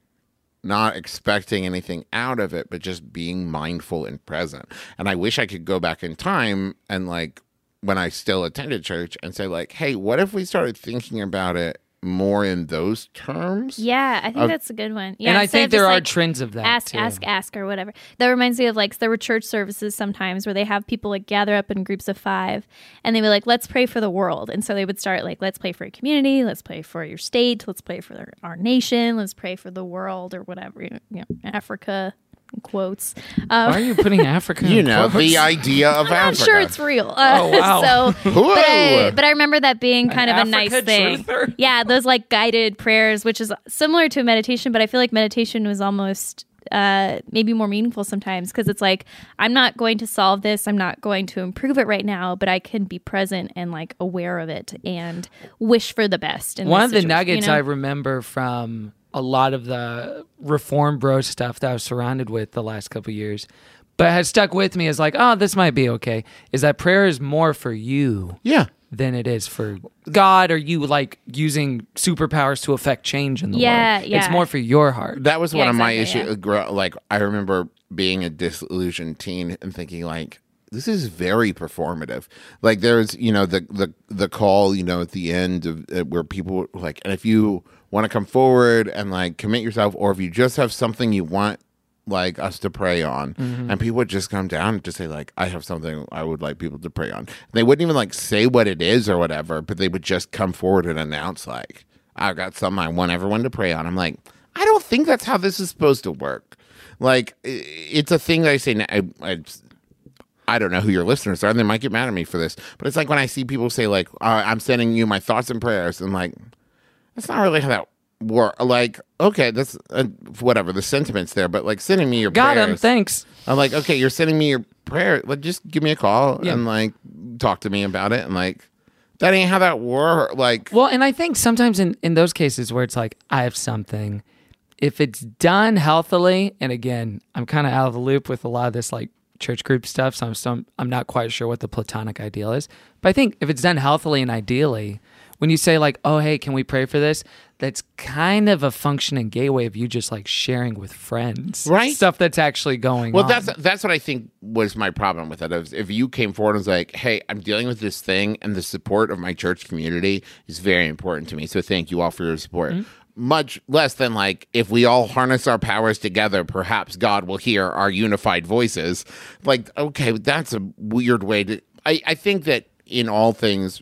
[SPEAKER 4] not expecting anything out of it but just being mindful and present and i wish i could go back in time and like when i still attended church and say like hey what if we started thinking about it more in those terms
[SPEAKER 7] Yeah, I think that's a good one. Yeah,
[SPEAKER 2] and I
[SPEAKER 7] instead
[SPEAKER 2] think
[SPEAKER 7] of just,
[SPEAKER 2] there are
[SPEAKER 7] like,
[SPEAKER 2] trends of that
[SPEAKER 7] ask
[SPEAKER 2] too.
[SPEAKER 7] ask ask or whatever that reminds me of like there were church services sometimes where they have people like gather up in groups of five and they would like let's pray for the world and so they would start like let's pray for your community let's pray for your state let's pray for their, our nation let's pray for the world or whatever you know africa in quotes Uh,
[SPEAKER 2] Why are you putting Africa?
[SPEAKER 4] you
[SPEAKER 2] in
[SPEAKER 4] know
[SPEAKER 2] quotes?
[SPEAKER 4] the idea of
[SPEAKER 7] i'm
[SPEAKER 4] africa
[SPEAKER 7] sure it's real uh,
[SPEAKER 2] Oh, wow.
[SPEAKER 7] so
[SPEAKER 4] Whoa.
[SPEAKER 7] but I, but I remember that being kind of a nice
[SPEAKER 2] Africa
[SPEAKER 7] thing
[SPEAKER 2] truther.
[SPEAKER 7] yeah those like guided prayers which is similar to meditation but i feel like meditation was almost uh, maybe more meaningful sometimes because it's like i'm not going to solve this i'm not going to improve it right now but i can be present and like aware of it and wish for the best in
[SPEAKER 2] One
[SPEAKER 7] this
[SPEAKER 2] of the
[SPEAKER 7] situation,
[SPEAKER 2] nuggets
[SPEAKER 7] you know?
[SPEAKER 2] I remember from a lot of the reform bro stuff that I was surrounded with the last couple years, but has stuck with me is like, oh, this might be okay. Is that prayer is more for you
[SPEAKER 4] yeah
[SPEAKER 2] than it is for God or you like using superpowers to affect change in the
[SPEAKER 7] Yeah,
[SPEAKER 2] world. It's
[SPEAKER 7] yeah.
[SPEAKER 2] more for your heart.
[SPEAKER 4] That was one
[SPEAKER 7] Yeah,
[SPEAKER 4] of my uh,
[SPEAKER 7] exactly,
[SPEAKER 4] issues. Like I remember being a disillusioned teen and thinking like this is very performative. Like there's, you know, the the the call, you know, at the end of uh, where people were like, and if you want to come forward and like commit yourself, or if you just have something you want like us to pray on, and people would just come down to say like, I have something I would like people to pray on. They wouldn't even like say what it is or whatever, but they would just come forward and announce like, I've got something I want everyone to pray on. I'm like, I don't think that's how this is supposed to work. Like, i- it's a thing that I say. Now, I, I I don't know who your listeners are, and they might get mad at me for this. But it's like when I see people say, like, uh, I'm sending you my thoughts and prayers. I'm like, that's not really how that works. Like, okay, that's uh, whatever. The sentiment's there, but like sending me your
[SPEAKER 2] Got him.
[SPEAKER 4] prayers-
[SPEAKER 2] um, Thanks.
[SPEAKER 4] I'm like, okay, you're sending me your prayer. Like, just give me a call
[SPEAKER 2] Yeah.
[SPEAKER 4] and like talk to me about it. And like, that ain't how that works. Like,
[SPEAKER 2] Well, and I think sometimes in, in those cases where it's like, I have something, if it's done healthily, and again, I'm kind of out of the loop with a lot of this like church group stuff, so I'm, some, I'm not quite sure what the platonic ideal is. But I think if it's done healthily and ideally, when you say like, oh, hey, can we pray for this? That's kind of a functioning gateway of you just like sharing with friends.
[SPEAKER 4] Right.
[SPEAKER 2] Stuff that's actually going
[SPEAKER 4] Well,
[SPEAKER 2] on.
[SPEAKER 4] that's that's what I think was my problem with it. Is if you came forward and was like, "Hey, I'm dealing with this thing, and the support of my church community is very important to me, so thank you all for your support."
[SPEAKER 2] Mm-hmm.
[SPEAKER 4] Much less than like if we all harness our powers together, perhaps God will hear our unified voices. Like, okay, that's a weird way to. I, I think that in all things,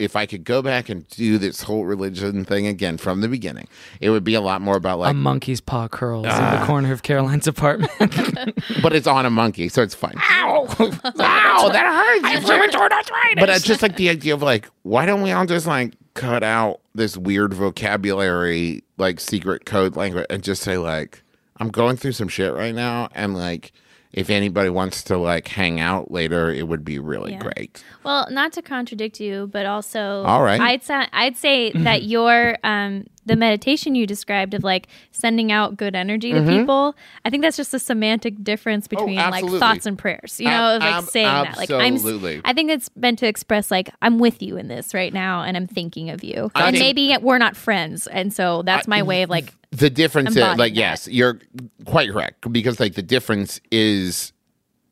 [SPEAKER 4] if I could go back and do this whole religion thing again from the beginning, it would be a Ah. lot more about
[SPEAKER 2] a
[SPEAKER 4] like
[SPEAKER 2] monkey's paw curls in the corner of Caroline's apartment.
[SPEAKER 4] but it's on a monkey, so it's fine. Ow! Ow! That hurts. It's rheumatoid arthritis. But it's just like the idea of like, why don't we all just like cut out this weird vocabulary, like secret code language, and just say like, I'm going through some shit right now, and like, if anybody wants to like hang out later, it would be really
[SPEAKER 7] Yeah.
[SPEAKER 4] great.
[SPEAKER 7] Well, not to contradict you, but also,
[SPEAKER 4] All right.
[SPEAKER 7] I'd sa- I'd say that your um the meditation you described of like sending out good energy to people, I think that's just a semantic difference between
[SPEAKER 4] Mm-hmm.
[SPEAKER 7] like
[SPEAKER 4] Oh, absolutely.
[SPEAKER 7] thoughts and prayers. You know,
[SPEAKER 4] Ab-
[SPEAKER 7] of, like
[SPEAKER 4] ab-
[SPEAKER 7] saying that, like I'm,
[SPEAKER 4] absolutely.
[SPEAKER 7] s- I think it's meant to express like I'm with you in this right now, and I'm thinking of you,
[SPEAKER 4] I
[SPEAKER 7] and
[SPEAKER 4] think-
[SPEAKER 7] maybe we're not friends, and so that's my way of like
[SPEAKER 4] The difference is
[SPEAKER 7] Embody
[SPEAKER 4] like
[SPEAKER 7] that.
[SPEAKER 4] yes, you're quite correct because like the difference is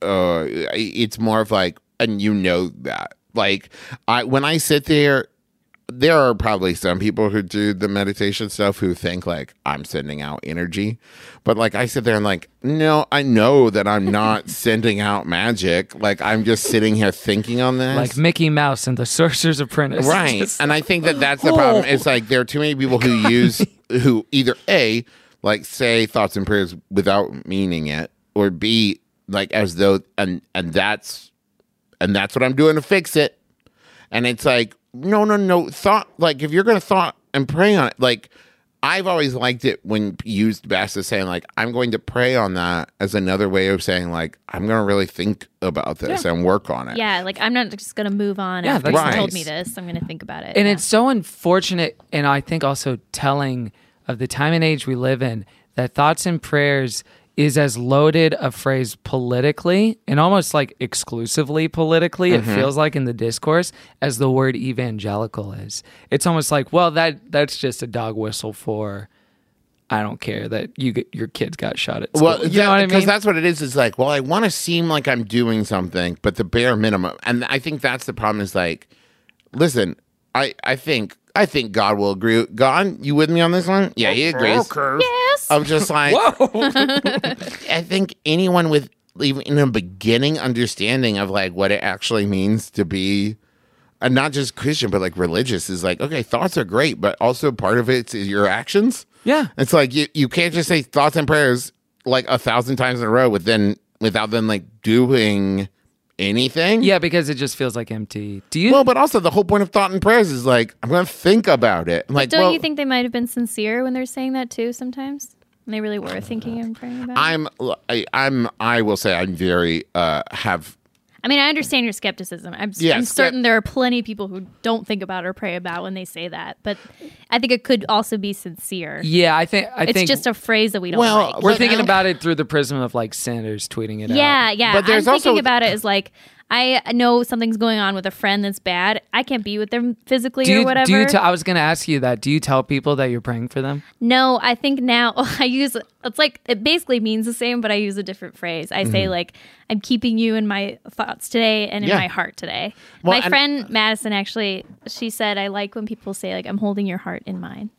[SPEAKER 4] uh it's more of like and you know that. Like I when I sit there there are probably some people who do the meditation stuff who think like I'm sending out energy. But like I sit there and like, no, I know that I'm not sending out magic. Like I'm just sitting here thinking on this.
[SPEAKER 2] like Mickey Mouse and the Sorcerer's Apprentice.
[SPEAKER 4] Right.
[SPEAKER 2] Just-
[SPEAKER 4] and I think that that's the problem. It's like there are too many people who use, who either A, like say thoughts and prayers without meaning it, or B, like as though, and, and that's, and that's what I'm doing to fix it. And it's like, no, no, no. Thought, like if you're going to thought and pray on it, like I've always liked it when used best as saying like, I'm going to pray on that as another way of saying like, I'm going to really think about this and work on it.
[SPEAKER 7] yeah, like I'm not just gonna move on.
[SPEAKER 2] Yeah,
[SPEAKER 7] after you
[SPEAKER 4] that's
[SPEAKER 7] told
[SPEAKER 4] nice.
[SPEAKER 7] me this, I'm gonna think about it.
[SPEAKER 2] And
[SPEAKER 7] Yeah.
[SPEAKER 2] it's so unfortunate, and I think also telling of the time and age we live in that thoughts and prayers is as loaded a phrase politically and almost like exclusively politically
[SPEAKER 7] Mm-hmm.
[SPEAKER 2] it feels like in the discourse as the word evangelical is it's almost like well that that's just a dog whistle for i don't care that you get, your kids got shot at school.
[SPEAKER 4] Well,
[SPEAKER 2] you know what i
[SPEAKER 4] Because
[SPEAKER 2] mean
[SPEAKER 4] that's what it is. It's like, well, I want to seem like I'm doing something, but the bare minimum. And I think that's the problem. Is like, listen, I I think I think God will agree. God, you with me on this one? Yeah, he agrees.
[SPEAKER 7] yes.
[SPEAKER 4] I'm just like, I think anyone with even a beginning understanding of like what it actually means to be, and not just Christian, but like religious, is like, okay, thoughts are great, but also part of it is your actions.
[SPEAKER 2] Yeah.
[SPEAKER 4] it's like you you can't just say thoughts and prayers like a thousand times in a row with then without then like doing anything.
[SPEAKER 2] yeah because it just feels like empty do you
[SPEAKER 4] Well, but also the whole point of thought and prayers is like I'm going to think about it. I'm like,
[SPEAKER 7] Don't
[SPEAKER 4] well,
[SPEAKER 7] you think they might have been sincere when they're saying that too? Sometimes And they really were thinking and praying about. it?
[SPEAKER 4] I'm I, I'm I will say I'm very uh have
[SPEAKER 7] I mean, I understand your skepticism. I'm,
[SPEAKER 4] Yeah,
[SPEAKER 7] I'm
[SPEAKER 4] skep-
[SPEAKER 7] certain there are plenty of people who don't think about or pray about when they say that, but I think it could also be sincere.
[SPEAKER 2] yeah i think i
[SPEAKER 7] it's
[SPEAKER 2] think
[SPEAKER 7] just a phrase that we don't
[SPEAKER 4] Well,
[SPEAKER 7] like.
[SPEAKER 2] we're
[SPEAKER 4] But
[SPEAKER 2] thinking
[SPEAKER 4] I-
[SPEAKER 2] about it through the prism of like senators tweeting it out
[SPEAKER 7] Yeah, yeah.
[SPEAKER 4] But there's
[SPEAKER 7] I'm
[SPEAKER 4] also-
[SPEAKER 7] thinking about it as like I know something's going on with a friend that's bad. I can't be with them physically
[SPEAKER 2] Do
[SPEAKER 7] or
[SPEAKER 2] you,
[SPEAKER 7] whatever.
[SPEAKER 2] do you t- I was going to ask you that. Do you tell people that you're praying for them?
[SPEAKER 7] No, I think now I use it's like it basically means the same, but I use a different phrase. I say like I'm keeping you in my thoughts today and in
[SPEAKER 4] Mm-hmm. Yeah.
[SPEAKER 7] my heart today.
[SPEAKER 4] Well,
[SPEAKER 7] my
[SPEAKER 4] and-
[SPEAKER 7] friend Madison actually, she said I like when people say like I'm holding your heart in mine.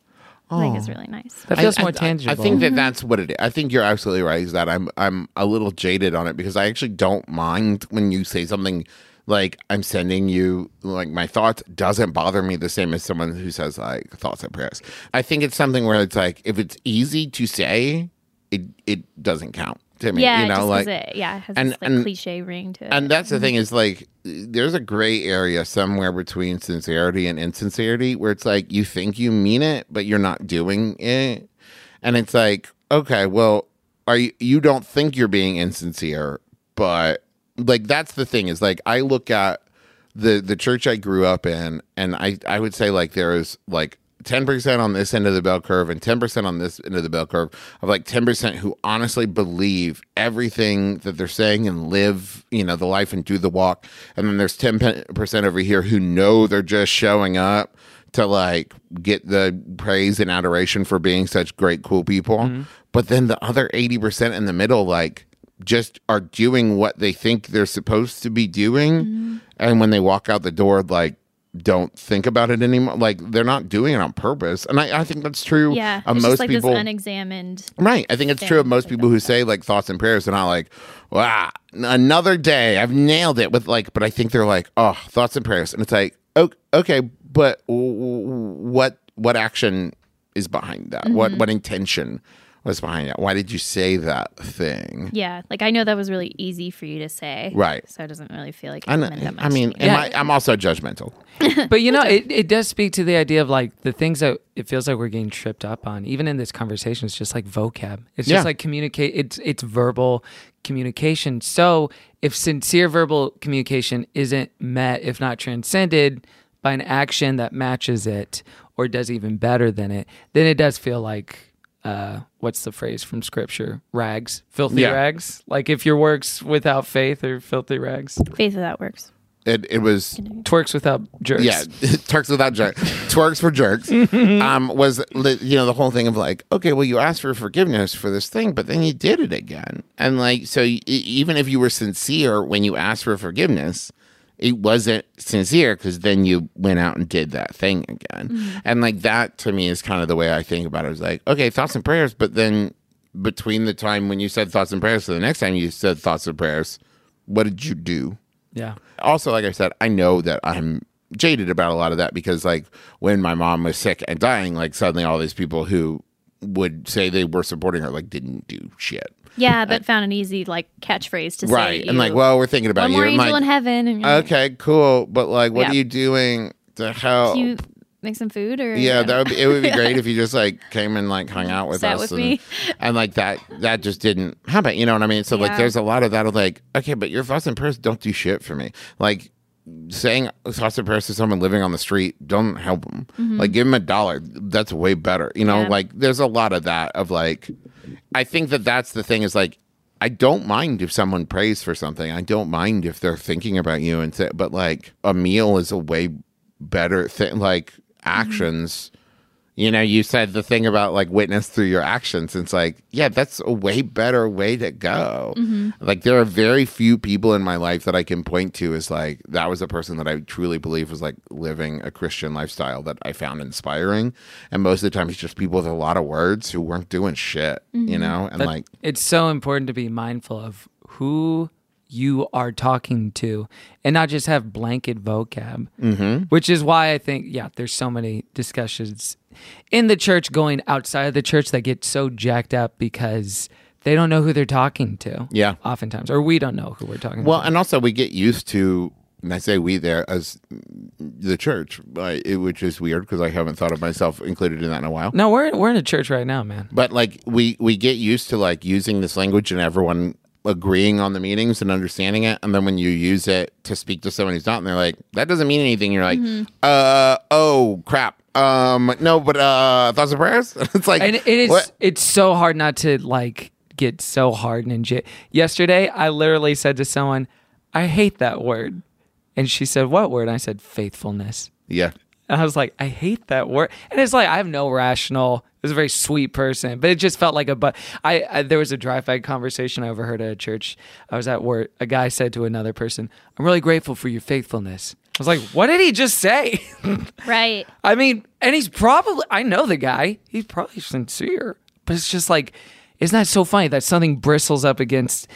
[SPEAKER 7] I think it's
[SPEAKER 4] Oh.
[SPEAKER 7] really nice.
[SPEAKER 2] That
[SPEAKER 4] I-
[SPEAKER 2] feels
[SPEAKER 4] I-
[SPEAKER 2] more
[SPEAKER 4] I-
[SPEAKER 2] tangible.
[SPEAKER 4] I think that that's what it is. I think you're absolutely right. Is that I'm I'm a little jaded on it because I actually don't mind when you say something like I'm sending you like my thoughts doesn't bother me the same as someone who says like thoughts and prayers. I think it's something where it's like if it's easy to say, it it doesn't count to me.
[SPEAKER 7] yeah,
[SPEAKER 4] you
[SPEAKER 7] it
[SPEAKER 4] know,
[SPEAKER 7] just 'cause
[SPEAKER 4] like
[SPEAKER 7] it, yeah, it has
[SPEAKER 4] and-
[SPEAKER 7] this like
[SPEAKER 4] and-
[SPEAKER 7] cliche ring to it.
[SPEAKER 4] and that's the thing is like there's a gray area somewhere between sincerity and insincerity where it's like you think you mean it but you're not doing it. And it's like, okay, well, are you you don't think you're being insincere, but like that's the thing is like I look at the the church I grew up in and I I would say like there is like 10% on this end of the bell curve and 10% on this end of the bell curve of like 10% who honestly believe everything that they're saying and live, you know, the life and do the walk. And then there's 10% over here who know they're just showing up to like get the praise and adoration for being such great, cool people. But then the other 80% in the middle, like, just are doing what they think they're supposed to be doing
[SPEAKER 7] Mm-hmm.
[SPEAKER 4] and when they walk out the door like don't think about it anymore like they're not doing it on purpose and i, I think that's true
[SPEAKER 7] yeah,
[SPEAKER 4] of
[SPEAKER 7] it's
[SPEAKER 4] most
[SPEAKER 7] just like
[SPEAKER 4] people
[SPEAKER 7] this unexamined.
[SPEAKER 4] right i think it's true of most people who say like thoughts and prayers they're not like wow n- another day i've nailed it with like but i think they're like oh thoughts and prayers and it's like oh, okay but w- w- what what action is behind that
[SPEAKER 7] Mm-hmm.
[SPEAKER 4] what what intention was behind that why did you say that thing
[SPEAKER 7] Yeah, like I know that was really easy for you to say,
[SPEAKER 4] Right.
[SPEAKER 7] So it doesn't really feel like it
[SPEAKER 4] And,
[SPEAKER 7] meant that much
[SPEAKER 4] I
[SPEAKER 7] to
[SPEAKER 4] mean,
[SPEAKER 7] me.
[SPEAKER 4] am I, I'm also judgmental.
[SPEAKER 2] but you know, it, it does speak to the idea of like the things that it feels like we're getting tripped up on, even in this conversation. It's just like vocab. It's
[SPEAKER 4] Yeah.
[SPEAKER 2] just like communicate. It's it's verbal communication. So if sincere verbal communication isn't met, if not transcended by an action that matches it or does even better than it, then it does feel like. Uh, what's the phrase from scripture? Rags, filthy
[SPEAKER 4] Yeah.
[SPEAKER 2] rags. Like if your works without faith or filthy rags,
[SPEAKER 7] faith without works.
[SPEAKER 4] It, it was,
[SPEAKER 2] twerks without jerks.
[SPEAKER 4] yeah, Turks without jerks, twerks for jerks. um, was li- you know the whole thing of like, okay, well, you asked for forgiveness for this thing, but then you did it again, and like, so y- e- even if you were sincere when you asked for forgiveness, it wasn't sincere because then you went out and did that thing again, and like that to me is kind of the way I think about it. It's like, okay, thoughts and prayers, but then between the time when you said thoughts and prayers to the next time you said thoughts and prayers, what did you do?
[SPEAKER 2] Yeah.
[SPEAKER 4] also like i said i know that i'm jaded about a lot of that because like when my mom was sick and dying like suddenly all these people who would say they were supporting her like didn't do shit
[SPEAKER 7] Yeah, but found an easy like catchphrase to say.
[SPEAKER 4] right and
[SPEAKER 7] you-
[SPEAKER 4] like well we're thinking about
[SPEAKER 7] one
[SPEAKER 4] you
[SPEAKER 7] more
[SPEAKER 4] And,
[SPEAKER 7] angel
[SPEAKER 4] like,
[SPEAKER 7] in heaven. And you're like,
[SPEAKER 4] okay cool but like what
[SPEAKER 7] Yeah.
[SPEAKER 4] are you doing to help
[SPEAKER 7] "Can you make some food or
[SPEAKER 4] yeah, that would be, it would be great if you just like came and like hung out with
[SPEAKER 7] Sat
[SPEAKER 4] us
[SPEAKER 7] with
[SPEAKER 4] and,
[SPEAKER 7] me.
[SPEAKER 4] and like that that just didn't happen. You know what I mean? So like
[SPEAKER 7] Yeah.
[SPEAKER 4] there's a lot of that of like, okay, but your thoughts and prayers don't do shit for me. Like saying thoughts and prayers to someone living on the street don't help them. Like give them a dollar. That's way better. You know,
[SPEAKER 7] Mm-hmm. Yeah.
[SPEAKER 4] like there's a lot of that of like I think that that's the thing is like I don't mind if someone prays for something. I don't mind if they're thinking about you and say, but like a meal is a way better thing. Like
[SPEAKER 7] Mm-hmm.
[SPEAKER 4] actions, you know, you said the thing about like witness through your actions. It's like, yeah, that's a way better way to go. Like there are very few people in my life that I can point to as like that was a person that I truly believe was like living a Christian lifestyle that I found inspiring. And most of the time it's just people with a lot of words who weren't doing shit, you know? And
[SPEAKER 2] But
[SPEAKER 4] like
[SPEAKER 2] it's so important to be mindful of who you are talking to and not just have blanket vocab mm-hmm. which is why i think yeah there's so many discussions in the church going outside of the church that get so jacked up because they don't know who they're talking to
[SPEAKER 4] Yeah.
[SPEAKER 2] oftentimes or we don't know who we're talking
[SPEAKER 4] Well,
[SPEAKER 2] to
[SPEAKER 4] and also we get used to, and I say we there as the church, uh, it- which is weird because I haven't thought of myself included in that in a while.
[SPEAKER 2] no we're, we're in a church right now man
[SPEAKER 4] But like we we get used to like using this language and everyone agreeing on the meanings and understanding it, and then when you use it to speak to someone who's not, and they're like, that doesn't mean anything. You're like, uh oh crap. Um no, but uh thoughts and prayers. it's like
[SPEAKER 2] and it is
[SPEAKER 4] what?
[SPEAKER 2] it's so hard not to like get so hardened and j- yesterday i literally said to someone I hate that word. And she said, What word? And I said, Faithfulness.
[SPEAKER 4] Yeah.
[SPEAKER 2] And I was like, I hate that word. And it's like I have no rational. It was a very sweet person, but it just felt like a but. I, I there was a drive by conversation I overheard at a church. I was at where a guy said to another person, "I'm really grateful for your faithfulness." I was like, "What did he just say?"
[SPEAKER 7] Right.
[SPEAKER 2] I mean, and he's probably I know the guy. He's probably sincere. But it's just like isn't that so funny that something bristles up against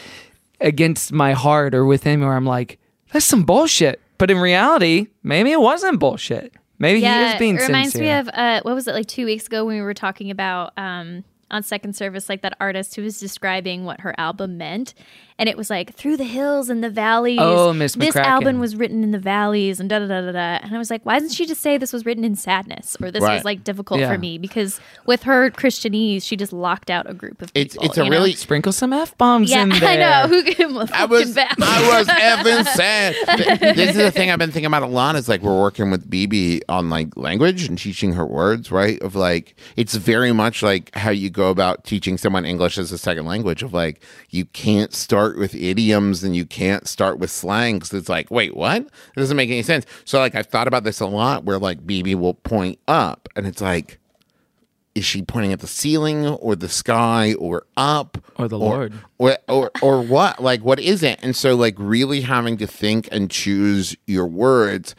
[SPEAKER 2] against my heart or within me where I'm like, that's some bullshit. But in reality, maybe it wasn't bullshit. Maybe he is being
[SPEAKER 7] it reminds
[SPEAKER 2] sincere.
[SPEAKER 7] me of uh, what was it like two weeks ago when we were talking about um, on second service like that artist who was describing what her album meant and it was like through the hills and the valleys
[SPEAKER 2] Oh, Miss
[SPEAKER 7] this
[SPEAKER 2] McCracken.
[SPEAKER 7] album was written in the valleys and da da da da da and i was like why didn't she just say this was written in sadness or this
[SPEAKER 4] Right.
[SPEAKER 7] was like difficult
[SPEAKER 2] Yeah.
[SPEAKER 7] for me because with her christianese she just locked out a group of
[SPEAKER 4] It's
[SPEAKER 7] people
[SPEAKER 4] it's a
[SPEAKER 7] you know?
[SPEAKER 4] really
[SPEAKER 2] Sprinkle some F bombs
[SPEAKER 7] yeah
[SPEAKER 2] in there.
[SPEAKER 7] i know who can
[SPEAKER 4] I was
[SPEAKER 7] back.
[SPEAKER 4] I was effing sad. Th- This is the thing I've been thinking about a lot. Is like we're working with BB on like language and teaching her words, right? Of like it's very much like how you go about teaching someone English as a second language. Of like you can't start with idioms and you can't start with slangs. It's like wait, what? It doesn't make any sense. So like I've thought about this a lot, where like BB will point up, and it's like. Is she pointing at the ceiling or the sky or up
[SPEAKER 2] Or the Lord.
[SPEAKER 4] or, or or what like what is it and so like really having to think and choose your words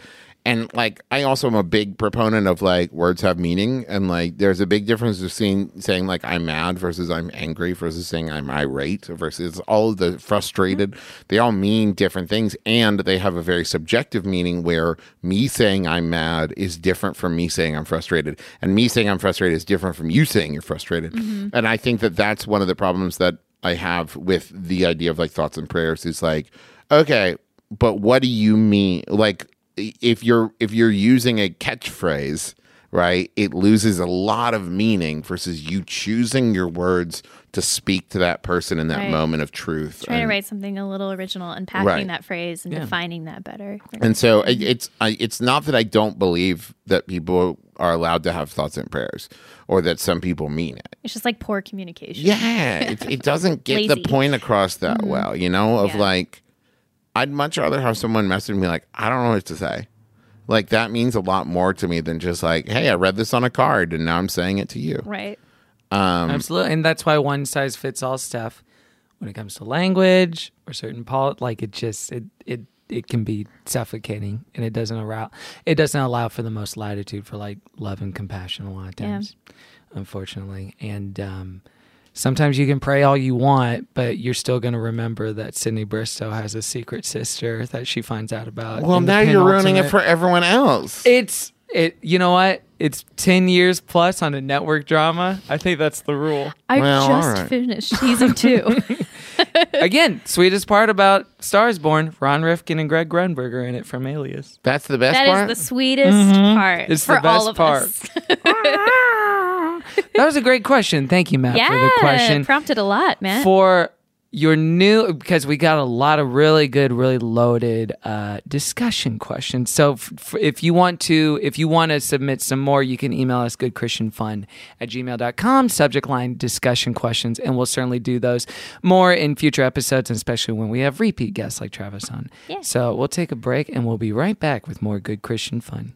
[SPEAKER 4] and like i also am a big proponent of like words have meaning and like there's a big difference between saying like i'm mad versus i'm angry versus saying i'm irate versus all of the frustrated they all mean different things and they have a very subjective meaning where me saying i'm mad is different from me saying i'm frustrated and me saying i'm frustrated is different from you saying you're frustrated and i think that that's one of the problems that I have with the idea of like thoughts and prayers is like, okay, but what do you mean? Like if you're if you're using a catchphrase, right, it loses a lot of meaning versus you choosing your words to speak to that person in that
[SPEAKER 7] Right.
[SPEAKER 4] moment of truth.
[SPEAKER 7] trying to
[SPEAKER 4] And-
[SPEAKER 7] write something a little original unpacking
[SPEAKER 4] Right.
[SPEAKER 7] that phrase and defining that better
[SPEAKER 4] And so
[SPEAKER 7] Mm-hmm.
[SPEAKER 4] it, it's I, it's not that I don't believe that people are allowed to have thoughts and prayers, or that some people mean it.
[SPEAKER 7] it's just like poor communication
[SPEAKER 4] Yeah, it, it doesn't get the
[SPEAKER 7] Lazy. Mm-hmm.
[SPEAKER 4] point across that well, you know, of
[SPEAKER 7] Yeah.
[SPEAKER 4] like, I'd much rather have someone message me, like, I don't know what to say. Like, that means a lot more to me than just like, hey, I read this on a card and now I'm saying it to you.
[SPEAKER 7] right
[SPEAKER 2] Absolutely. And that's why one size fits all stuff when it comes to language or certain pol like it just it it it can be suffocating and it doesn't allow it doesn't allow for the most latitude for like love and compassion a lot of
[SPEAKER 7] Yeah.
[SPEAKER 2] times. Unfortunately. And um Sometimes you can pray all you want, but you're still going to remember that Sydney Bristow has a secret sister that she finds out about.
[SPEAKER 4] Well,
[SPEAKER 2] in the
[SPEAKER 4] now you're ruining it
[SPEAKER 2] penultimate-
[SPEAKER 4] for everyone else.
[SPEAKER 2] It's it. You know what? It's ten years plus on a network drama. I think that's the rule.
[SPEAKER 7] I
[SPEAKER 4] Well, all
[SPEAKER 7] just
[SPEAKER 4] right.
[SPEAKER 7] finished season two.
[SPEAKER 2] Again, sweetest part about Stars Born, Ron Rifkin and Greg Grunberg are in it from Alias.
[SPEAKER 4] That's the best
[SPEAKER 7] that
[SPEAKER 4] part.
[SPEAKER 7] is the sweetest part
[SPEAKER 2] Mm-hmm. It's
[SPEAKER 7] for
[SPEAKER 2] the best
[SPEAKER 7] all of
[SPEAKER 2] part.
[SPEAKER 7] us.
[SPEAKER 2] That was a great question. Thank you, Matt,
[SPEAKER 7] yeah,
[SPEAKER 2] for the question.
[SPEAKER 7] prompted a lot, Matt.
[SPEAKER 2] for your new because we got a lot of really good really loaded uh, discussion questions so f- f- if you want to if you want to submit some more you can email us goodchristianfun at gmail.com subject line discussion questions and we'll certainly do those more in future episodes and especially when we have repeat guests like travis on so we'll take a break and we'll be right back with more good christian fun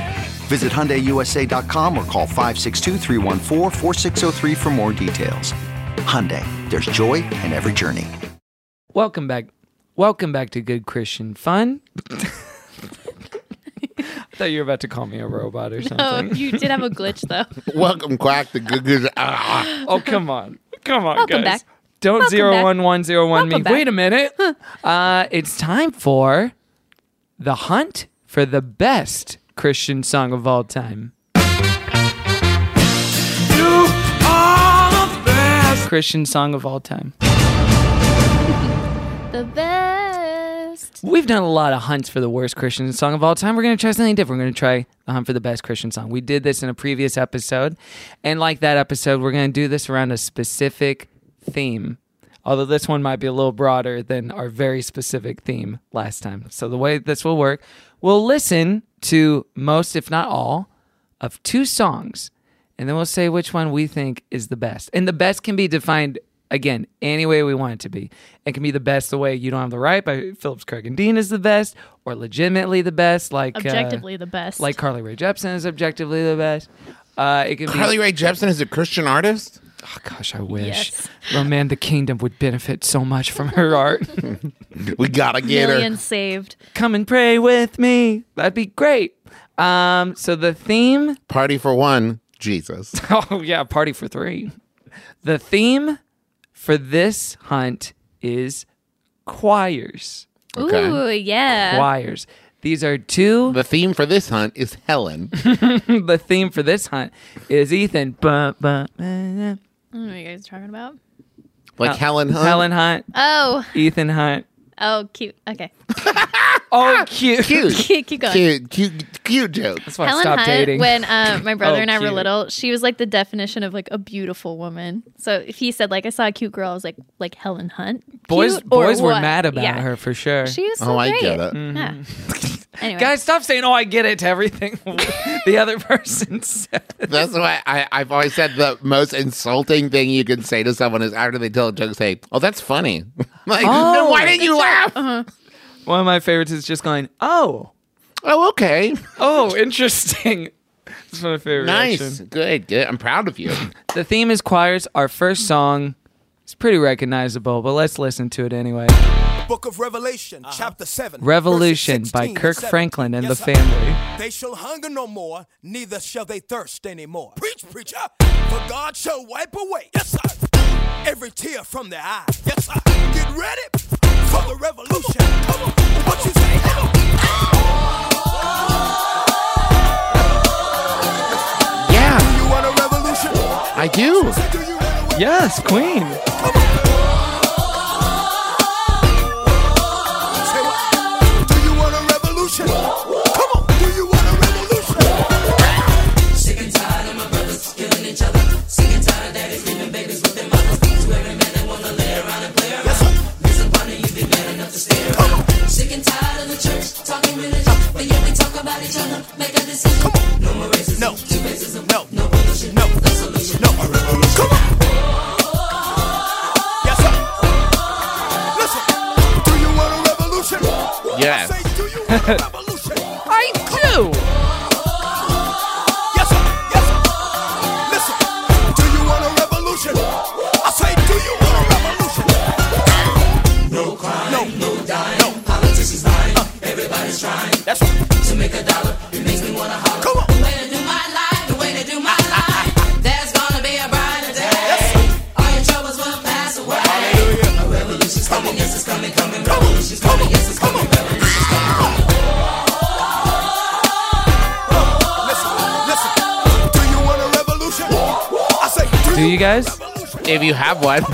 [SPEAKER 6] Visit HyundaiUSA.com or call 562-314-4603 for more details. Hyundai, there's joy in every journey.
[SPEAKER 2] Welcome back. Welcome back to Good Christian Fun. I thought you were about to call me a robot or
[SPEAKER 7] Oh,
[SPEAKER 2] something.
[SPEAKER 7] you did have a glitch though.
[SPEAKER 4] Welcome, Quack the Good Good. Ah.
[SPEAKER 2] Oh, come on. Come on,
[SPEAKER 7] Welcome
[SPEAKER 2] guys.
[SPEAKER 7] back.
[SPEAKER 2] Don't
[SPEAKER 7] Welcome
[SPEAKER 2] zero
[SPEAKER 7] back.
[SPEAKER 2] one one zero one me.
[SPEAKER 7] Welcome back.
[SPEAKER 2] Wait a minute. Uh, it's time for the hunt for the best Christian song of all time. Christian song of all time.
[SPEAKER 7] the best.
[SPEAKER 2] We've done a lot of hunts for the worst Christian song of all time. We're going to try something different. We're going to try the hunt for the best Christian song. We did this in a previous episode. And like that episode, we're going to do this around a specific theme. Although this one might be a little broader than our very specific theme last time. So the way this will work, we'll listen to most, if not all, of two songs. And then we'll say which one we think is the best. And the best can be defined again any way we want it to be. It can be the best the way you don't have the right by Phillips Craig and Dean is the best, or legitimately the best, like uh,
[SPEAKER 7] Objectively the best.
[SPEAKER 2] like Carly Rae Jepsen is objectively the best. Uh, it can
[SPEAKER 4] Carly
[SPEAKER 2] be
[SPEAKER 4] Rae Jepsen is a Christian artist.
[SPEAKER 2] oh, gosh, I wish.
[SPEAKER 7] Yes.
[SPEAKER 2] Oh man, the kingdom would benefit so much from her art.
[SPEAKER 4] We gotta get
[SPEAKER 7] million
[SPEAKER 4] her.
[SPEAKER 7] saved.
[SPEAKER 2] Come and pray with me. That'd be great. Um, so the theme
[SPEAKER 4] Party for one, Jesus.
[SPEAKER 2] Oh yeah, party for three. The theme for this hunt is choirs.
[SPEAKER 4] Okay.
[SPEAKER 7] Ooh, yeah.
[SPEAKER 2] Choirs. These are two.
[SPEAKER 4] The theme for this hunt is Helen.
[SPEAKER 2] The theme for this hunt is Ethan. Bum, bum, eh, eh.
[SPEAKER 7] I don't know what you guys are talking about.
[SPEAKER 4] Like Oh, Helen Hunt.
[SPEAKER 2] Helen Hunt,
[SPEAKER 7] Oh,
[SPEAKER 2] Ethan Hunt.
[SPEAKER 7] oh, cute. Okay, Ah,
[SPEAKER 2] Oh, cute.
[SPEAKER 4] Cute.
[SPEAKER 7] keep, keep going.
[SPEAKER 4] Cute, cute, cute joke.
[SPEAKER 2] That's why I
[SPEAKER 7] Helen
[SPEAKER 2] stopped
[SPEAKER 7] Hunt,
[SPEAKER 2] dating.
[SPEAKER 7] when uh, my brother
[SPEAKER 2] Oh,
[SPEAKER 7] and I
[SPEAKER 2] cute.
[SPEAKER 7] were little, she was like the definition of like a beautiful woman. So if he said like I saw a cute girl, I was like like Helen Hunt.
[SPEAKER 2] boys,
[SPEAKER 7] Cute or
[SPEAKER 2] boys were
[SPEAKER 7] what?
[SPEAKER 2] mad about
[SPEAKER 7] Yeah.
[SPEAKER 2] her for sure.
[SPEAKER 7] She was so
[SPEAKER 4] Oh, I
[SPEAKER 7] great.
[SPEAKER 4] get it.
[SPEAKER 7] Yeah. anyway,
[SPEAKER 2] Guys, stop saying "Oh, I get it" to everything the other person said.
[SPEAKER 4] That's why I, I've always said the most insulting thing you can say to someone is after they tell a joke, say, "Oh, that's funny." like, then why didn't you laugh?
[SPEAKER 2] One of my favorites is just going, "Oh,
[SPEAKER 4] Oh, okay,
[SPEAKER 2] oh, interesting." That's my favorite. reaction.
[SPEAKER 4] nice, good, good. I'm proud of you.
[SPEAKER 2] The theme is choirs. Our first song is pretty recognizable, but let's listen to it anyway.
[SPEAKER 8] Book of Revelation, chapter 7.
[SPEAKER 2] Revolution
[SPEAKER 8] verses
[SPEAKER 2] by
[SPEAKER 8] 16
[SPEAKER 2] Kirk
[SPEAKER 8] to 7.
[SPEAKER 2] Franklin and
[SPEAKER 8] Yes,
[SPEAKER 2] the
[SPEAKER 8] sir.
[SPEAKER 2] Family.
[SPEAKER 8] They shall hunger no more, neither shall they thirst anymore. Preach, preacher, for God shall wipe away. Yes, sir. Every tear from their eye. Yes, sir. Get ready for the revolution. Come on, what you say? Come on.
[SPEAKER 4] yeah,
[SPEAKER 8] You want a revolution?
[SPEAKER 4] I do.
[SPEAKER 8] Say, do you want a revolution?
[SPEAKER 2] Yes, Queen.
[SPEAKER 8] Say what? Do you want a revolution? Come on, do you want a revolution? No, no, no, no, no. Come on. Yes, sir. Listen. Do you want a revolution?
[SPEAKER 4] Yes.
[SPEAKER 8] I say, do you want a revolution?
[SPEAKER 2] I do.
[SPEAKER 8] Yes, sir. Yes, sir. Listen. Do you want a revolution? I say, do you want a revolution? No crime, no, no dying, no politicians lying. Everybody's trying. That's right. To make a dollar, it makes me wanna holler. Come on.
[SPEAKER 2] Do you guys?
[SPEAKER 4] If you have one,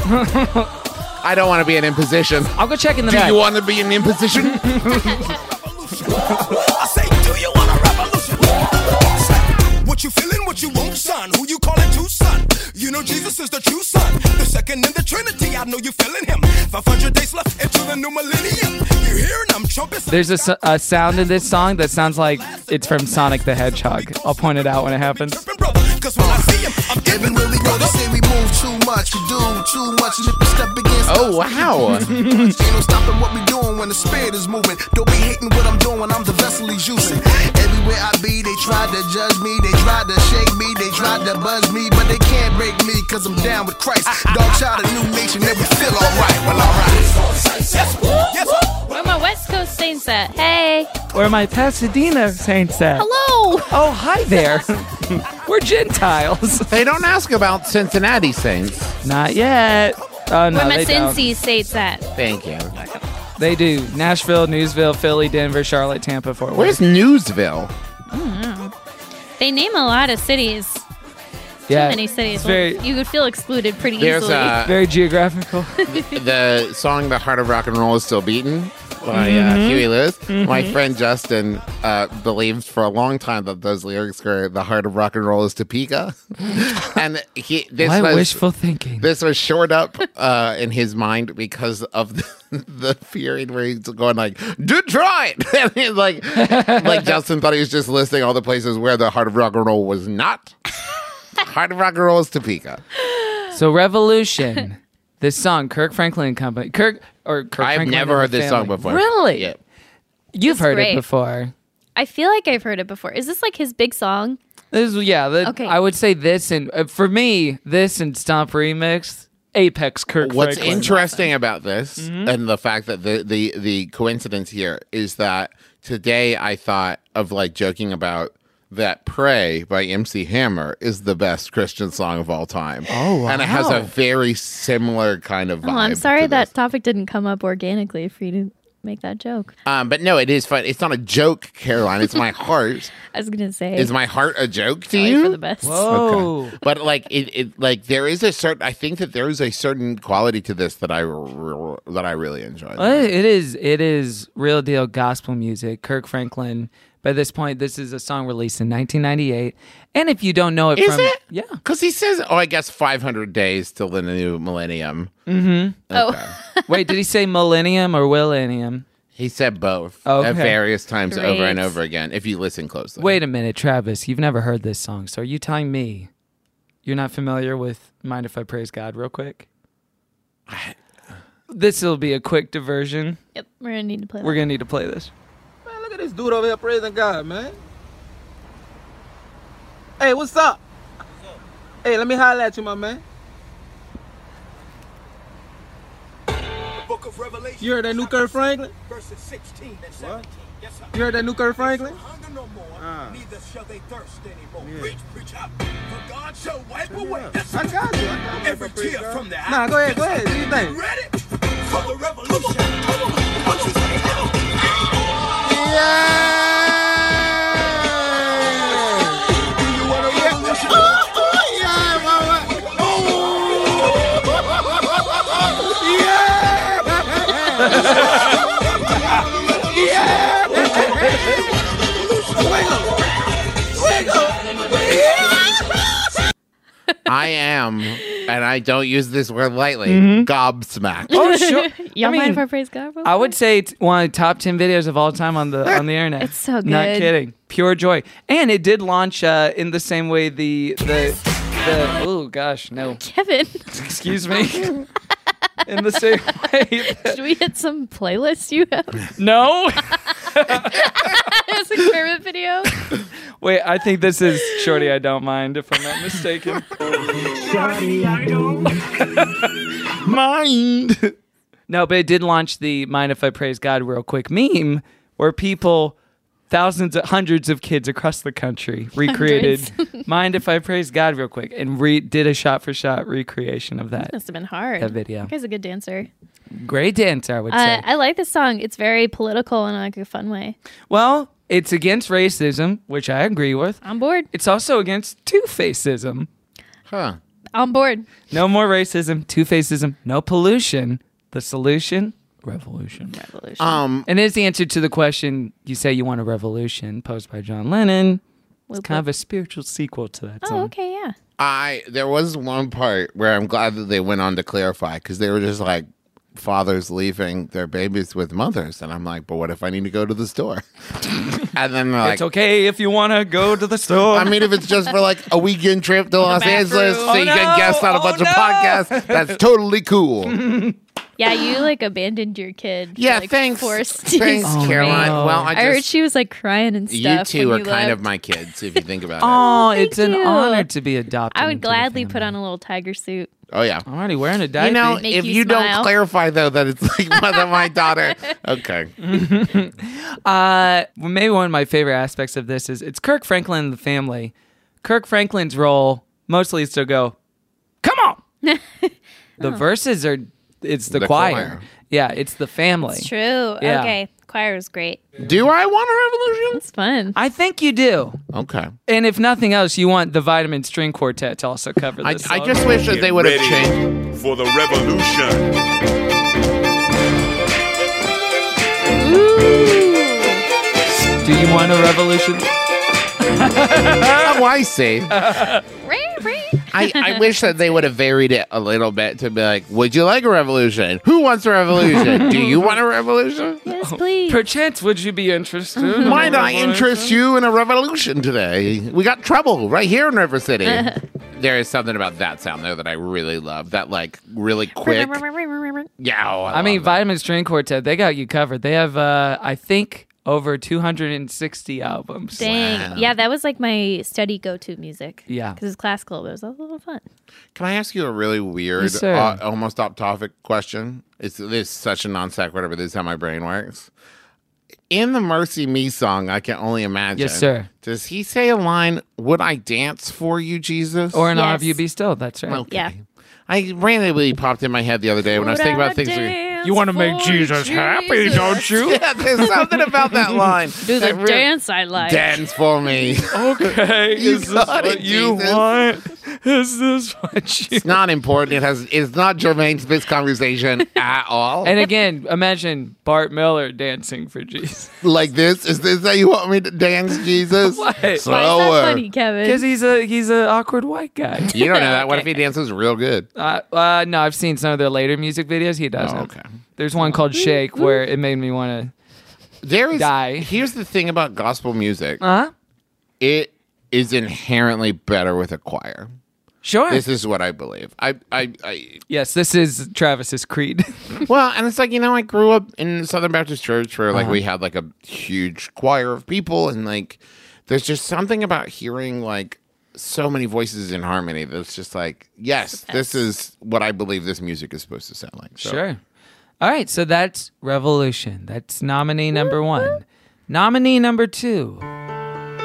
[SPEAKER 4] I don't want to be an imposition.
[SPEAKER 2] I'll go check in the
[SPEAKER 4] Do
[SPEAKER 2] back.
[SPEAKER 4] you want to be an imposition?
[SPEAKER 8] I say, do you want a revolution? Say, What you feeling? What you want, son? Who you calling to, son? You know Jesus is the true son, the second in the Trinity. I know you feeling him. 500 days left into the new millennium. You hearing them trumpets?
[SPEAKER 2] There's a, s- a sound in this song that sounds like it's from Sonic the Hedgehog. I'll point it out when it happens.
[SPEAKER 8] Cause when I see him, I'm giving really brother.
[SPEAKER 9] Say we move too much, we do too much, and if we step against
[SPEAKER 4] oh wow,
[SPEAKER 9] us, ain't no stopping what we doing when the spirit is moving. Don't be hating what I'm doing, I'm the vessel he's using. Everywhere I be, they try to judge me, they try to shake me, they try to buzz me, but they can't break me, cause I'm down with Christ. Dog child, a new nation, and we feel alright. Well, alright.
[SPEAKER 8] Yes, yes,
[SPEAKER 7] Saints at? Hey,
[SPEAKER 2] Where my Pasadena Saints at?
[SPEAKER 7] hello.
[SPEAKER 2] Oh, hi there. We're Gentiles.
[SPEAKER 4] They don't ask about Cincinnati Saints.
[SPEAKER 2] Not yet. Oh, no,
[SPEAKER 7] Where my
[SPEAKER 2] they don't.
[SPEAKER 7] Cincy Saints at?
[SPEAKER 4] Thank you.
[SPEAKER 2] They do. Nashville, Newsville, Philly, Denver, Charlotte, Tampa, Fort Worth.
[SPEAKER 4] Where's Newsville?
[SPEAKER 7] They name a lot of cities.
[SPEAKER 2] yeah,
[SPEAKER 7] Too many cities.
[SPEAKER 2] It's very,
[SPEAKER 7] you would feel excluded pretty
[SPEAKER 4] There's
[SPEAKER 7] easily.
[SPEAKER 4] uh,
[SPEAKER 2] very geographical.
[SPEAKER 4] the song "The Heart of Rock and Roll Is Still Beating" by uh,
[SPEAKER 2] Mm-hmm.
[SPEAKER 4] Huey Lewis. My friend Justin uh, believed for a long time that those lyrics were "The Heart of Rock and Roll Is Topeka," and he this
[SPEAKER 2] Why
[SPEAKER 4] was
[SPEAKER 2] wishful thinking?
[SPEAKER 4] this was shored up uh, in his mind because of the, the period where he's going like Detroit, and he's like like Justin thought he was just listing all the places where the heart of rock and roll was not. Heart of rock and roll is Topeka.
[SPEAKER 2] So Revolution, this song, Kirk Franklin and Company. Kirk or Kirk
[SPEAKER 4] I've
[SPEAKER 2] Franklin
[SPEAKER 4] never
[SPEAKER 2] and the
[SPEAKER 4] heard this song
[SPEAKER 2] Family.
[SPEAKER 4] before.
[SPEAKER 2] Really?
[SPEAKER 4] Yeah.
[SPEAKER 2] You've
[SPEAKER 7] It's
[SPEAKER 2] heard
[SPEAKER 7] great.
[SPEAKER 2] it before.
[SPEAKER 7] I feel like I've heard it before. Is this like his big song?
[SPEAKER 2] This is yeah. The,
[SPEAKER 7] Okay.
[SPEAKER 2] I would say this and uh, for me, this and Stomp Remix, Apex Kirk.
[SPEAKER 4] What's
[SPEAKER 2] Franklin. Mm-hmm.
[SPEAKER 4] interesting about this and the fact that the, the the coincidence here is that today I thought of like joking about that Pray by MC Hammer is the best Christian song of all time. Oh, And it has a very similar kind of vibe.
[SPEAKER 7] Oh, I'm
[SPEAKER 4] to
[SPEAKER 7] sorry
[SPEAKER 4] this.
[SPEAKER 7] that topic didn't come up organically for you to make that joke.
[SPEAKER 4] Um, but no, it is fun. It's not a joke, Caroline. It's my heart.
[SPEAKER 7] I was gonna say
[SPEAKER 4] is my heart a joke to
[SPEAKER 7] probably
[SPEAKER 4] you?
[SPEAKER 7] for the best.
[SPEAKER 2] Whoa.
[SPEAKER 4] but like it, it like there is a certain I think that there is a certain quality to this that I r- r- that I really enjoy.
[SPEAKER 2] Well, It is it is real deal gospel music. Kirk Franklin. By this point, this is a song released in 1998, and if you don't know it
[SPEAKER 4] Is
[SPEAKER 2] from
[SPEAKER 4] it?
[SPEAKER 2] yeah,
[SPEAKER 4] Because he says, oh, I guess 500 days till the new millennium.
[SPEAKER 7] Oh,
[SPEAKER 2] wait, did he say millennium or millennium?
[SPEAKER 4] He said both
[SPEAKER 2] Okay.
[SPEAKER 4] at various times over and
[SPEAKER 7] Great.
[SPEAKER 4] over again, if you listen closely.
[SPEAKER 2] Wait a minute, Travis. You've never heard this song, so are you telling me you're not familiar with "Mind If I Praise God"? Real quick. This will be a quick diversion.
[SPEAKER 7] yep. We're gonna need to play.
[SPEAKER 2] We're
[SPEAKER 7] that.
[SPEAKER 2] gonna need to play this.
[SPEAKER 10] Man, look at this dude over here praising God, man. Hey, what's up? Hey, let me holler at you, my man.
[SPEAKER 8] Book of Revelation.
[SPEAKER 10] You heard that new Kirk Franklin?
[SPEAKER 8] Verses 16 and 17. Yes, sir.
[SPEAKER 10] You heard that new Kirk Franklin? Ah.
[SPEAKER 8] Hunger no more, neither shall they thirst anymore. Preach, preach up, for God shall wipe away. That's
[SPEAKER 10] I got you. I got you.
[SPEAKER 8] every tear from the
[SPEAKER 10] Nah, go ahead, go ahead. Do you think?
[SPEAKER 8] Ready for the revolution. What you say? Do you want a revolution?
[SPEAKER 4] I am, and I don't use this word lightly,
[SPEAKER 2] Mm-hmm.
[SPEAKER 4] gobsmacked.
[SPEAKER 2] Oh sure.
[SPEAKER 7] Y'all
[SPEAKER 2] I mean,
[SPEAKER 7] mind if I praise God? real
[SPEAKER 2] I
[SPEAKER 7] quick?
[SPEAKER 2] would say it's one of the top ten videos of all time on the on the internet.
[SPEAKER 7] It's so
[SPEAKER 2] Not
[SPEAKER 7] good.
[SPEAKER 2] kidding. Pure joy. And it did launch uh, in the same way the the the oh gosh no
[SPEAKER 7] Kevin,
[SPEAKER 2] excuse me in the same way
[SPEAKER 7] should we hit some playlist you have
[SPEAKER 2] no
[SPEAKER 7] as a Kermit video?
[SPEAKER 2] wait I think this is Shorty I don't mind if I'm not mistaken.
[SPEAKER 4] Mind.
[SPEAKER 2] No, but it did launch the "Mind If I Praise God" real quick meme where people, thousands, of, hundreds of kids across the country recreated "Mind If I Praise God" real quick and re- did a shot-for-shot recreation of that.
[SPEAKER 7] Must have been hard.
[SPEAKER 2] That video.
[SPEAKER 7] That guy's a good dancer.
[SPEAKER 2] Great dancer, I would
[SPEAKER 7] Uh,
[SPEAKER 2] say.
[SPEAKER 7] I like this song. It's very political in like a fun way.
[SPEAKER 2] well, it's against racism, which I agree with.
[SPEAKER 7] On board.
[SPEAKER 2] It's also against two-facism.
[SPEAKER 4] Huh.
[SPEAKER 7] On board.
[SPEAKER 2] No more racism, two-facism, no pollution. The solution: revolution.
[SPEAKER 7] Revolution.
[SPEAKER 4] Um,
[SPEAKER 2] And it's the answer to the question you say you want a revolution posed by John Lennon. It's
[SPEAKER 7] Whoop,
[SPEAKER 2] kind of a spiritual sequel to that song.
[SPEAKER 7] oh, okay, yeah.
[SPEAKER 4] I there was one part where I'm glad that they went on to clarify because they were just like fathers leaving their babies with mothers, and I'm like, but what if I need to go to the store? and then they're like,
[SPEAKER 2] It's okay if you want to go to the store.
[SPEAKER 4] I mean, if it's just for like a weekend trip to Los
[SPEAKER 7] bathroom.
[SPEAKER 4] Angeles, so
[SPEAKER 2] Oh,
[SPEAKER 4] you
[SPEAKER 2] no.
[SPEAKER 4] can guest on a
[SPEAKER 2] Oh,
[SPEAKER 4] bunch
[SPEAKER 2] no.
[SPEAKER 4] of podcasts, that's totally cool.
[SPEAKER 7] Yeah, you like abandoned your kid. for,
[SPEAKER 4] Yeah,
[SPEAKER 7] like,
[SPEAKER 4] thanks.
[SPEAKER 7] Forced to
[SPEAKER 4] Thanks,
[SPEAKER 7] scream.
[SPEAKER 4] Caroline. Well, I
[SPEAKER 7] I,
[SPEAKER 4] just
[SPEAKER 7] heard she was like crying and
[SPEAKER 4] you
[SPEAKER 7] stuff.
[SPEAKER 4] two
[SPEAKER 7] when
[SPEAKER 4] are
[SPEAKER 7] you
[SPEAKER 4] kind
[SPEAKER 7] left.
[SPEAKER 4] of my kids if you think about it.
[SPEAKER 2] Oh, it's an
[SPEAKER 7] you.
[SPEAKER 2] honor to be adopted.
[SPEAKER 7] I would
[SPEAKER 2] into the
[SPEAKER 7] gladly
[SPEAKER 2] family.
[SPEAKER 7] put on a little tiger suit.
[SPEAKER 4] Oh yeah.
[SPEAKER 2] I'm already wearing a diaper.
[SPEAKER 4] You know,
[SPEAKER 7] Make
[SPEAKER 4] if
[SPEAKER 7] you
[SPEAKER 4] you, don't
[SPEAKER 7] smile.
[SPEAKER 4] clarify though that it's like mother my daughter. Okay.
[SPEAKER 2] Uh, well, maybe one of my favorite aspects of this is it's Kirk Franklin and the family. Kirk Franklin's role mostly is to go, come on.
[SPEAKER 7] Oh.
[SPEAKER 2] the verses are, it's the,
[SPEAKER 4] The
[SPEAKER 2] choir.
[SPEAKER 4] choir.
[SPEAKER 2] Yeah, it's the family.
[SPEAKER 7] True.
[SPEAKER 2] Yeah.
[SPEAKER 7] Okay. Choir was great.
[SPEAKER 4] Do I want
[SPEAKER 7] It's fun.
[SPEAKER 2] I think you do.
[SPEAKER 4] a revolution? Okay.
[SPEAKER 2] And if nothing else, you want the Vitamin String Quartet to also cover
[SPEAKER 4] I,
[SPEAKER 2] this.
[SPEAKER 4] I
[SPEAKER 2] song.
[SPEAKER 4] just wish that they would have changed.
[SPEAKER 8] for the revolution.
[SPEAKER 2] Do you want a revolution?
[SPEAKER 4] Oh, I see.
[SPEAKER 7] Ray, ray.
[SPEAKER 4] I, I wish that they would have varied it a little bit to be like, would you like a revolution? Who wants a revolution? Do you want a revolution?
[SPEAKER 7] Yes, please.
[SPEAKER 2] Perchance, would you be interested? in a
[SPEAKER 4] Might I
[SPEAKER 2] revolution?
[SPEAKER 4] interest you in a revolution today? We got trouble right here in River City. there is something about that sound though that I really love. That like really quick. Yeah. oh,
[SPEAKER 2] I mean,
[SPEAKER 4] love
[SPEAKER 2] Vitamin String Quartet, they got you covered. They have, uh, I think, over 260 albums.
[SPEAKER 7] Dang. Yeah, that was like my study go to music.
[SPEAKER 2] Yeah.
[SPEAKER 7] Because it's classical, but it was a little fun.
[SPEAKER 4] it. Can I ask you a really weird,
[SPEAKER 2] Yes, sir.
[SPEAKER 4] uh, almost off topic question? It's this is such a non sequitur, but this is how my brain works. In the Mercy Me song, I can only imagine.
[SPEAKER 2] Yes, sir.
[SPEAKER 4] Does he say a line, Would I dance for you, Jesus?
[SPEAKER 2] Or an
[SPEAKER 7] Yes.
[SPEAKER 2] honor of you be still. That's right.
[SPEAKER 4] Okay.
[SPEAKER 7] Yeah.
[SPEAKER 4] I randomly popped in my head the other day when I was thinking about things. we-
[SPEAKER 2] You wanna make Jesus happy, don't you?
[SPEAKER 4] Yeah, there's something about that line.
[SPEAKER 7] Do the
[SPEAKER 4] that really-
[SPEAKER 7] dance I like.
[SPEAKER 4] Dance for me.
[SPEAKER 2] okay.
[SPEAKER 4] You got it, Jesus.
[SPEAKER 2] want? Is this what you?
[SPEAKER 4] It's not important. It has. It's not germane to this conversation at all.
[SPEAKER 2] And again, imagine Bart Miller dancing for Jesus
[SPEAKER 4] like this, is this how you want me to dance, Jesus?
[SPEAKER 2] Why? Why is
[SPEAKER 7] Why is
[SPEAKER 4] Slower.
[SPEAKER 7] that funny,
[SPEAKER 2] because
[SPEAKER 7] Kevin?
[SPEAKER 2] he's a he's an awkward white guy.
[SPEAKER 4] You don't know that. What if he dances real good?
[SPEAKER 2] Uh, uh, no, I've seen some of their later music videos. He doesn't.
[SPEAKER 4] Oh, okay.
[SPEAKER 2] There's one called Shake where it made me want
[SPEAKER 4] There is.
[SPEAKER 2] Die.
[SPEAKER 4] Here's the thing about gospel music.
[SPEAKER 2] to. Huh?
[SPEAKER 4] It is inherently better with a choir.
[SPEAKER 2] Sure.
[SPEAKER 4] This is what I believe. I, I, I
[SPEAKER 2] yes, this is Travis's Creed.
[SPEAKER 4] Well, and it's like you know, I grew up in Southern Baptist Church where like
[SPEAKER 7] Uh-huh.
[SPEAKER 4] we had like a huge choir of people, and like there's just something about hearing like so many voices in harmony that's just like, yes, this is what I believe this music is supposed to sound like. So,
[SPEAKER 2] Sure. All right, so that's Revolution. That's nominee number one. Nominee number two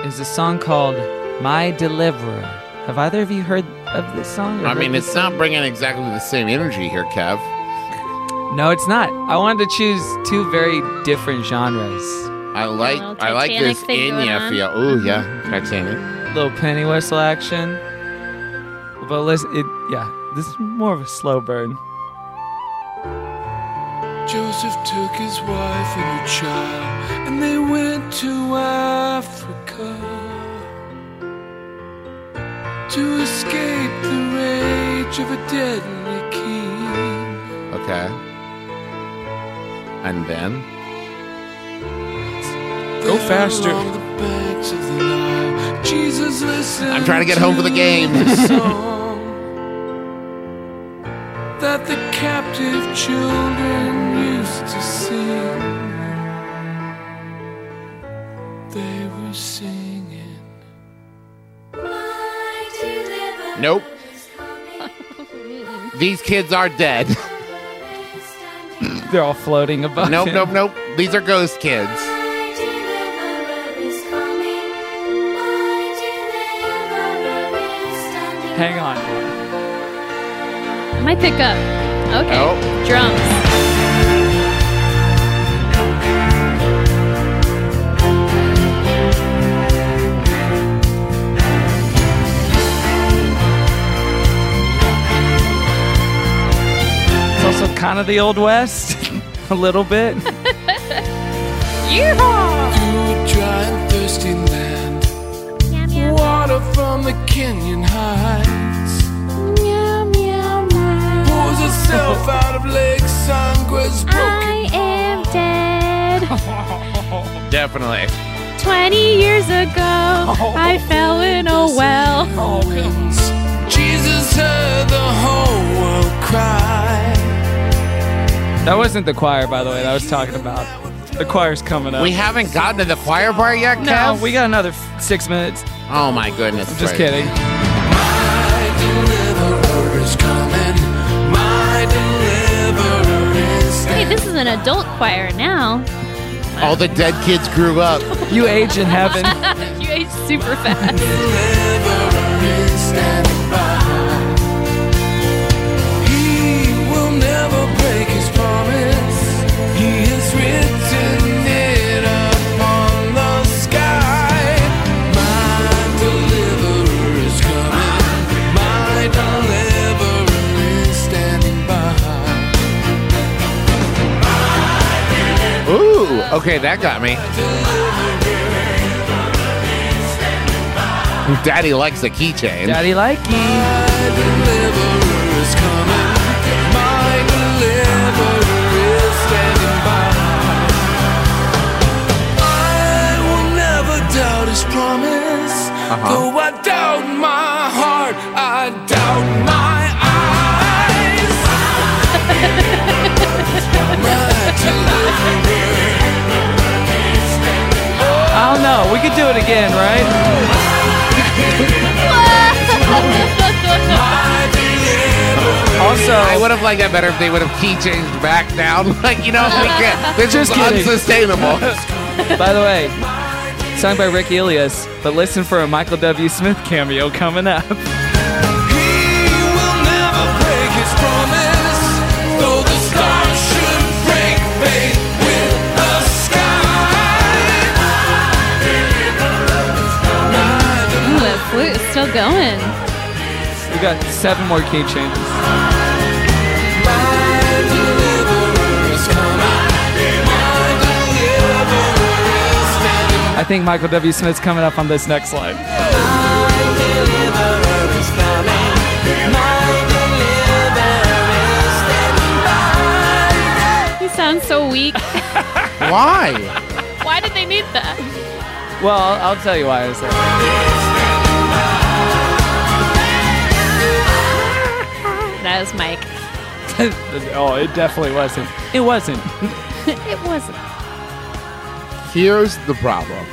[SPEAKER 2] is a song called My Deliverer. Have either of you heard of this song? or
[SPEAKER 4] I
[SPEAKER 2] heard
[SPEAKER 4] mean,
[SPEAKER 2] this
[SPEAKER 4] it's not bringing exactly the same energy here, Kev.
[SPEAKER 2] song? no, it's not. I wanted to choose two very different genres.
[SPEAKER 4] I like
[SPEAKER 7] little
[SPEAKER 4] I like
[SPEAKER 7] Titanic
[SPEAKER 4] this
[SPEAKER 7] thing
[SPEAKER 4] in
[SPEAKER 7] going
[SPEAKER 4] ya
[SPEAKER 7] on.
[SPEAKER 4] feel. Oh yeah, Titanic.
[SPEAKER 2] Little penny whistle action, but listen, it yeah, this is more of a slow burn.
[SPEAKER 8] Joseph took his wife and her child, and they went to Africa to escape the rage of a deadly king.
[SPEAKER 4] Okay. And then
[SPEAKER 2] Go faster.
[SPEAKER 8] Along the banks of the Nile, Jesus listened.
[SPEAKER 4] I'm trying to get home for the game.
[SPEAKER 8] the song that the captive children used to sing. They were singing.
[SPEAKER 4] Nope. These kids are dead.
[SPEAKER 2] They're all floating above.
[SPEAKER 4] nope,
[SPEAKER 2] him.
[SPEAKER 4] nope, nope. These are ghost kids.
[SPEAKER 2] Hang on.
[SPEAKER 7] My pickup. Okay.
[SPEAKER 4] Oh.
[SPEAKER 7] Drums.
[SPEAKER 2] It's also kind of the old west, a little bit.
[SPEAKER 8] Through a dry and thirsty land, water from the canyon heights pours itself out of Lake Sangra's broken.
[SPEAKER 7] I am
[SPEAKER 4] Oh.
[SPEAKER 7] dead.
[SPEAKER 4] Definitely.
[SPEAKER 7] 20 years ago,
[SPEAKER 4] Oh.
[SPEAKER 7] I fell in a well.
[SPEAKER 8] organs. Jesus heard the whole world cry.
[SPEAKER 2] That wasn't the choir, by the way. That I was talking about. The choir's coming up.
[SPEAKER 8] We haven't gotten to the choir bar yet,
[SPEAKER 2] no,
[SPEAKER 8] Kev?
[SPEAKER 2] we got another f- six minutes.
[SPEAKER 8] oh my goodness.
[SPEAKER 2] I'm just
[SPEAKER 8] gracious.
[SPEAKER 2] kidding.
[SPEAKER 7] Hey, this is an adult choir now.
[SPEAKER 8] All the dead kids grew up.
[SPEAKER 2] You age in heaven.
[SPEAKER 7] you age super fast.
[SPEAKER 8] Ooh, okay, that got me. Daddy likes the keychain.
[SPEAKER 2] Daddy likey.
[SPEAKER 8] Uh-huh.
[SPEAKER 4] I doubt my heart, I doubt my eyes.
[SPEAKER 2] I don't know. We could do it again, right? Also,
[SPEAKER 8] I would have liked that better if they would have keychained back down. Like, you know, we can't. This
[SPEAKER 2] Just
[SPEAKER 8] is
[SPEAKER 2] kidding.
[SPEAKER 8] unsustainable.
[SPEAKER 2] by the way, sung by Rick Elias, but listen for a Michael W. Smith cameo coming up.
[SPEAKER 7] Ooh, that flute is still going.
[SPEAKER 2] We got seven more key changes. I think Michael W. Smith's coming up on this next slide.
[SPEAKER 7] He sounds so weak.
[SPEAKER 8] Why?
[SPEAKER 7] Why did they need that?
[SPEAKER 2] Well, I'll, I'll tell you why in a second.
[SPEAKER 7] That was Mike.
[SPEAKER 2] oh, it definitely wasn't. It wasn't.
[SPEAKER 7] It wasn't.
[SPEAKER 8] Here's the problem.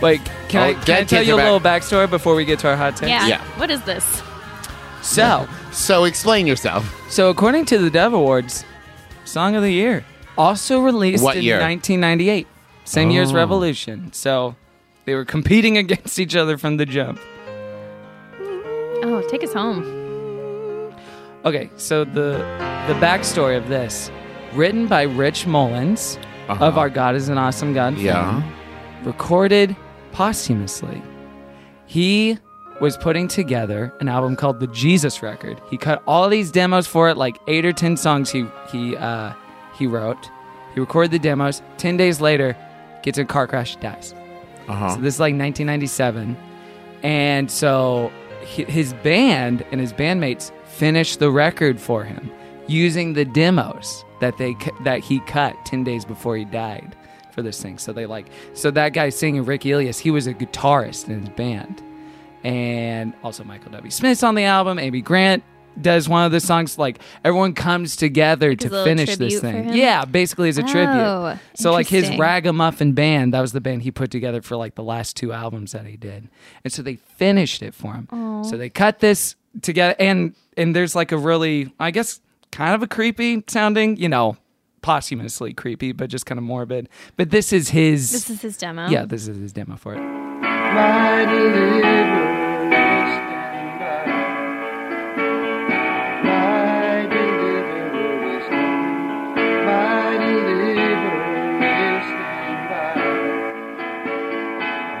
[SPEAKER 2] Like, can,
[SPEAKER 8] Oh,
[SPEAKER 2] I,
[SPEAKER 8] Dead
[SPEAKER 2] can I tell
[SPEAKER 8] Kids
[SPEAKER 2] you
[SPEAKER 8] are
[SPEAKER 2] a
[SPEAKER 8] back.
[SPEAKER 2] little backstory before we get to our hot takes?
[SPEAKER 7] Yeah.
[SPEAKER 8] Yeah.
[SPEAKER 7] What is this?
[SPEAKER 2] So,
[SPEAKER 8] So explain yourself.
[SPEAKER 2] So, according to the Dove Awards, Song of the Year, also released
[SPEAKER 8] What
[SPEAKER 2] in
[SPEAKER 8] year? Oh.
[SPEAKER 2] 1998, same year as Revolution. So, they were competing against each other from the jump.
[SPEAKER 7] Oh, take us home.
[SPEAKER 2] Okay, so the the backstory of this, written by Rich Mullins of
[SPEAKER 8] Uh-huh.
[SPEAKER 2] Our God Is an Awesome God,
[SPEAKER 8] Yeah.
[SPEAKER 2] fame, recorded posthumously. He was putting together an album called the Jesus Record. He cut all these demos for it, like eight or ten songs he he uh, he wrote. He recorded the demos. Ten days later, gets in a car crash, dies. So this is like 1997. And so hi- his band and his bandmates finished the record for him using the demos that they cu- that he cut 10 days before he died for this thing. So they like so that guy singing Rick Elias, he was a guitarist in his band. And also Michael W. Smith's on the album, Amy Grant does one of the songs like everyone comes together
[SPEAKER 7] a
[SPEAKER 2] to
[SPEAKER 7] little
[SPEAKER 2] finish this
[SPEAKER 7] tribute for
[SPEAKER 2] thing.
[SPEAKER 7] him?
[SPEAKER 2] Yeah, basically as a
[SPEAKER 7] Oh,
[SPEAKER 2] tribute. So like his
[SPEAKER 7] interesting.
[SPEAKER 2] rap Ragamuffin Band. That was the band he put together for like the last two albums that he did. And so they finished it for him. So they cut this together and and there's like a really I guess kind of a creepy sounding, you know, posthumously creepy, but just kind of morbid. But this is his
[SPEAKER 7] This is his demo.
[SPEAKER 2] Yeah, this is his demo for it.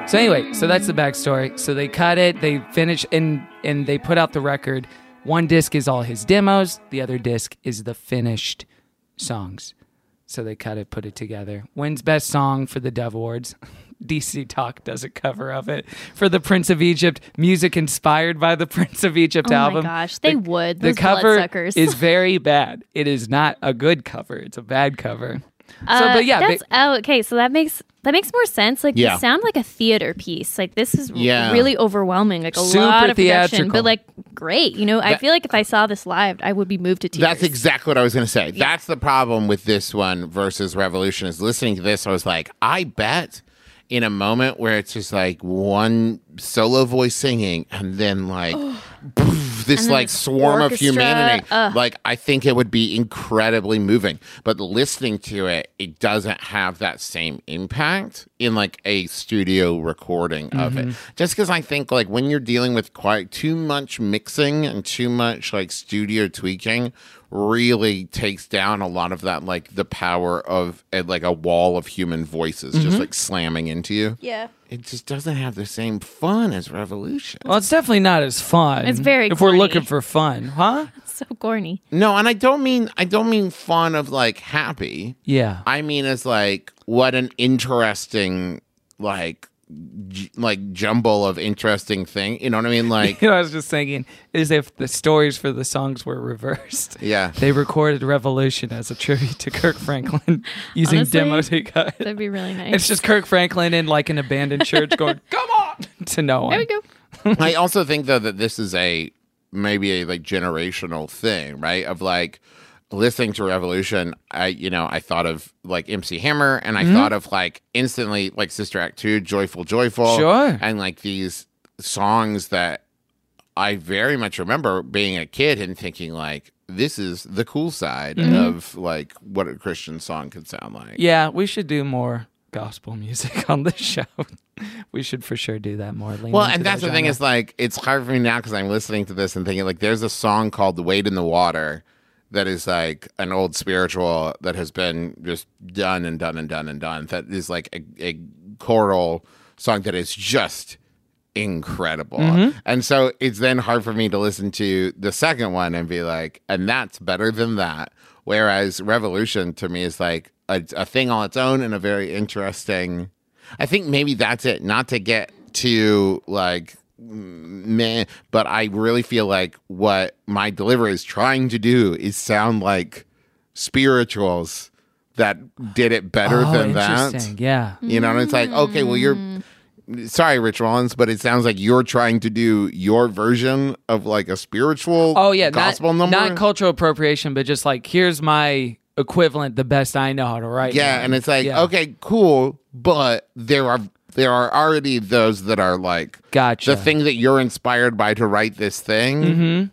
[SPEAKER 2] So anyway, so that's the backstory. So they cut it, they finish and and they put out the record. One disc is all his demos, the other disc is the finished songs. So they cut it, put it together. Wins best song for the Dove Awards. DC Talk does a cover of it for the Prince of Egypt music inspired by the Prince of Egypt
[SPEAKER 7] Oh my
[SPEAKER 2] album.
[SPEAKER 7] gosh, they would. Those
[SPEAKER 2] the cover
[SPEAKER 7] bloodsuckers.
[SPEAKER 2] is very bad. It is not a good cover. It's a bad cover. So,
[SPEAKER 7] Uh,
[SPEAKER 2] but yeah,
[SPEAKER 7] that's
[SPEAKER 2] ba-
[SPEAKER 7] oh, okay. So that makes that makes more sense. Like,
[SPEAKER 2] Yeah.
[SPEAKER 7] you sound like a theater piece. Like, this is r-
[SPEAKER 2] Yeah.
[SPEAKER 7] really overwhelming. Like a
[SPEAKER 2] Super
[SPEAKER 7] lot of production,
[SPEAKER 4] theatrical.
[SPEAKER 7] but like great. You know, I
[SPEAKER 4] That-
[SPEAKER 7] feel like if I saw this live, I would be moved to tears.
[SPEAKER 4] That's exactly what I was going to say. That's the problem with this one versus Revolution. Is listening to this, I was like, I bet in a moment where it's just like one solo voice singing, and then like poof,
[SPEAKER 11] And
[SPEAKER 4] this
[SPEAKER 11] then
[SPEAKER 4] like
[SPEAKER 11] this
[SPEAKER 4] swarm of
[SPEAKER 11] orchestra,
[SPEAKER 4] humanity,
[SPEAKER 11] ugh.
[SPEAKER 4] like I think it would be incredibly moving. But listening to it, it doesn't have that same impact in like a studio recording of it
[SPEAKER 11] Mhm.
[SPEAKER 4] just because I think like when you're dealing with quite too much mixing and too much like studio tweaking really takes down a lot of that like the power of uh, like a wall of human voices just
[SPEAKER 11] Mm-hmm.
[SPEAKER 2] Mhm.
[SPEAKER 4] like slamming into you.
[SPEAKER 7] Yeah.
[SPEAKER 4] It just doesn't have the same fun as Revolution.
[SPEAKER 2] well, it's definitely not as fun.
[SPEAKER 7] It's very
[SPEAKER 2] If we're looking for fun, huh?
[SPEAKER 7] so corny.
[SPEAKER 4] No, and I don't mean I don't mean fun of like happy.
[SPEAKER 2] Yeah.
[SPEAKER 4] I mean as like what an interesting like j- like jumble of interesting thing. You know what I mean? Like
[SPEAKER 2] you know, I was just thinking is if the stories for the songs were reversed.
[SPEAKER 4] Yeah.
[SPEAKER 2] They recorded Revolution as a tribute to Kirk Franklin using
[SPEAKER 7] Honestly,
[SPEAKER 2] demo tape.
[SPEAKER 7] That'd be really nice.
[SPEAKER 2] It's just Kirk Franklin in like an abandoned church going, come on, to no one.
[SPEAKER 7] There we go.
[SPEAKER 4] I also think though that this is a maybe a like generational thing, right? Of like listening to Revolution, I you know I thought of like MC Hammer, and I
[SPEAKER 11] Mhm.
[SPEAKER 4] thought of like instantly like Sister Act two, Joyful Joyful,
[SPEAKER 11] Sure.
[SPEAKER 4] and like these songs that I very much remember being a kid and thinking like this is the cool side
[SPEAKER 2] Mhm.
[SPEAKER 4] of like what a Christian song could sound like.
[SPEAKER 2] Yeah, we should do more gospel music on this show. we should for sure do that more. lean
[SPEAKER 4] Well,
[SPEAKER 2] into
[SPEAKER 4] and that's
[SPEAKER 2] that
[SPEAKER 4] the thing
[SPEAKER 2] genre.
[SPEAKER 4] is like it's hard for me now because I'm listening to this and thinking like there's a song called "The Weight in the Water" that is like an old spiritual that has been just done and done and done and done. That is like a, a choral song that is just incredible.
[SPEAKER 11] Mhm.
[SPEAKER 2] Mm-hmm.
[SPEAKER 4] And so it's then hard for me to listen to the second one and be like, and that's better than that. Whereas Revolution to me is like a, a thing on its own and a very interesting. I think maybe that's it. Not to get to like mm, meh, but I really feel like what my delivery is trying to do is sound like spirituals that did it better
[SPEAKER 2] Oh,
[SPEAKER 4] than that.
[SPEAKER 2] interesting. Mm. Yeah.
[SPEAKER 4] You know, and it's like, okay, well, you're sorry, Rich Rollins, but it sounds like you're trying to do your version of like a spiritual
[SPEAKER 2] Oh yeah,
[SPEAKER 4] gospel
[SPEAKER 2] not,
[SPEAKER 4] number.
[SPEAKER 2] not cultural appropriation, but just like here's my equivalent, the best I know how to write.
[SPEAKER 4] yeah,
[SPEAKER 2] now.
[SPEAKER 4] and it's like,
[SPEAKER 2] Yeah.
[SPEAKER 4] okay, cool, but there are there are already those that are like
[SPEAKER 2] gotcha.
[SPEAKER 4] The thing that you're inspired by to write this thing
[SPEAKER 2] Mhm.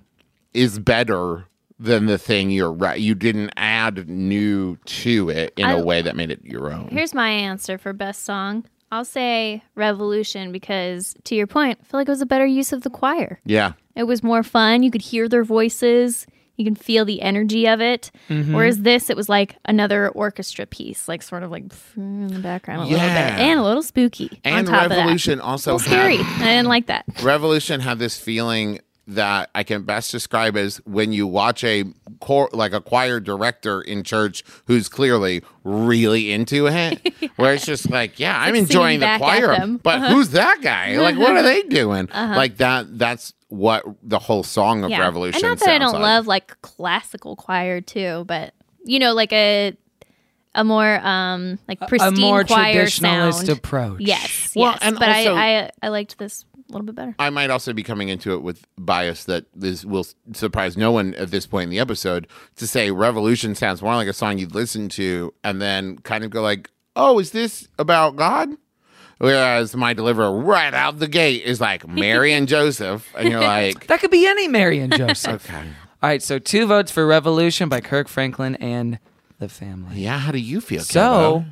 [SPEAKER 4] is better than the thing you're right. You didn't add new to it in a
[SPEAKER 7] I-
[SPEAKER 4] way that made it your own.
[SPEAKER 7] Here's my answer for best song. I'll say Revolution because, to your point, I feel like it was a better use of the choir.
[SPEAKER 4] Yeah.
[SPEAKER 7] It was more fun. You could hear their voices. You can feel the energy of it.
[SPEAKER 4] Mm-hmm.
[SPEAKER 2] Mhm.
[SPEAKER 7] Whereas this, it was like another orchestra piece, like sort of like in the background a little
[SPEAKER 4] Yeah.
[SPEAKER 7] bit and a little spooky.
[SPEAKER 4] And
[SPEAKER 7] on top
[SPEAKER 4] Revolution
[SPEAKER 7] of that.
[SPEAKER 4] also
[SPEAKER 7] A little scary.
[SPEAKER 4] had-
[SPEAKER 7] I didn't like that.
[SPEAKER 4] Revolution had this feeling that I can best describe as when you watch a chor- like a choir director in church who's clearly really into it, where it's just like, yeah, I'm
[SPEAKER 11] Like singing
[SPEAKER 4] enjoying the
[SPEAKER 11] back at
[SPEAKER 4] choir,
[SPEAKER 11] them.
[SPEAKER 4] but
[SPEAKER 11] Uh-huh.
[SPEAKER 4] who's that guy? Like, what are they doing?
[SPEAKER 7] Uh-huh.
[SPEAKER 4] Like that. That's what the whole song of
[SPEAKER 7] Yeah.
[SPEAKER 4] Revolution.
[SPEAKER 7] And not that I
[SPEAKER 4] sounds
[SPEAKER 7] don't
[SPEAKER 4] like.
[SPEAKER 7] love like classical choir too, but you know, like a a more um like
[SPEAKER 2] a
[SPEAKER 7] pristine
[SPEAKER 2] more
[SPEAKER 7] choir
[SPEAKER 2] traditionalist
[SPEAKER 7] sound.
[SPEAKER 2] approach.
[SPEAKER 7] Yes.
[SPEAKER 4] Well,
[SPEAKER 7] yes.
[SPEAKER 4] and
[SPEAKER 7] but
[SPEAKER 4] also-
[SPEAKER 7] I, I I liked this a little bit better.
[SPEAKER 4] I might also be coming into it with bias that this will s- surprise no one at this point in the episode to say Revolution sounds more like a song you'd listen to and then kind of go like, "Oh, is this about God?" Whereas my deliverer right out the gate is like Mary and Joseph, and you're like,
[SPEAKER 2] that could be any Mary and Joseph.
[SPEAKER 4] okay.
[SPEAKER 2] All right, so two votes for Revolution by Kirk Franklin and the family.
[SPEAKER 4] Yeah, how do you feel?
[SPEAKER 2] So,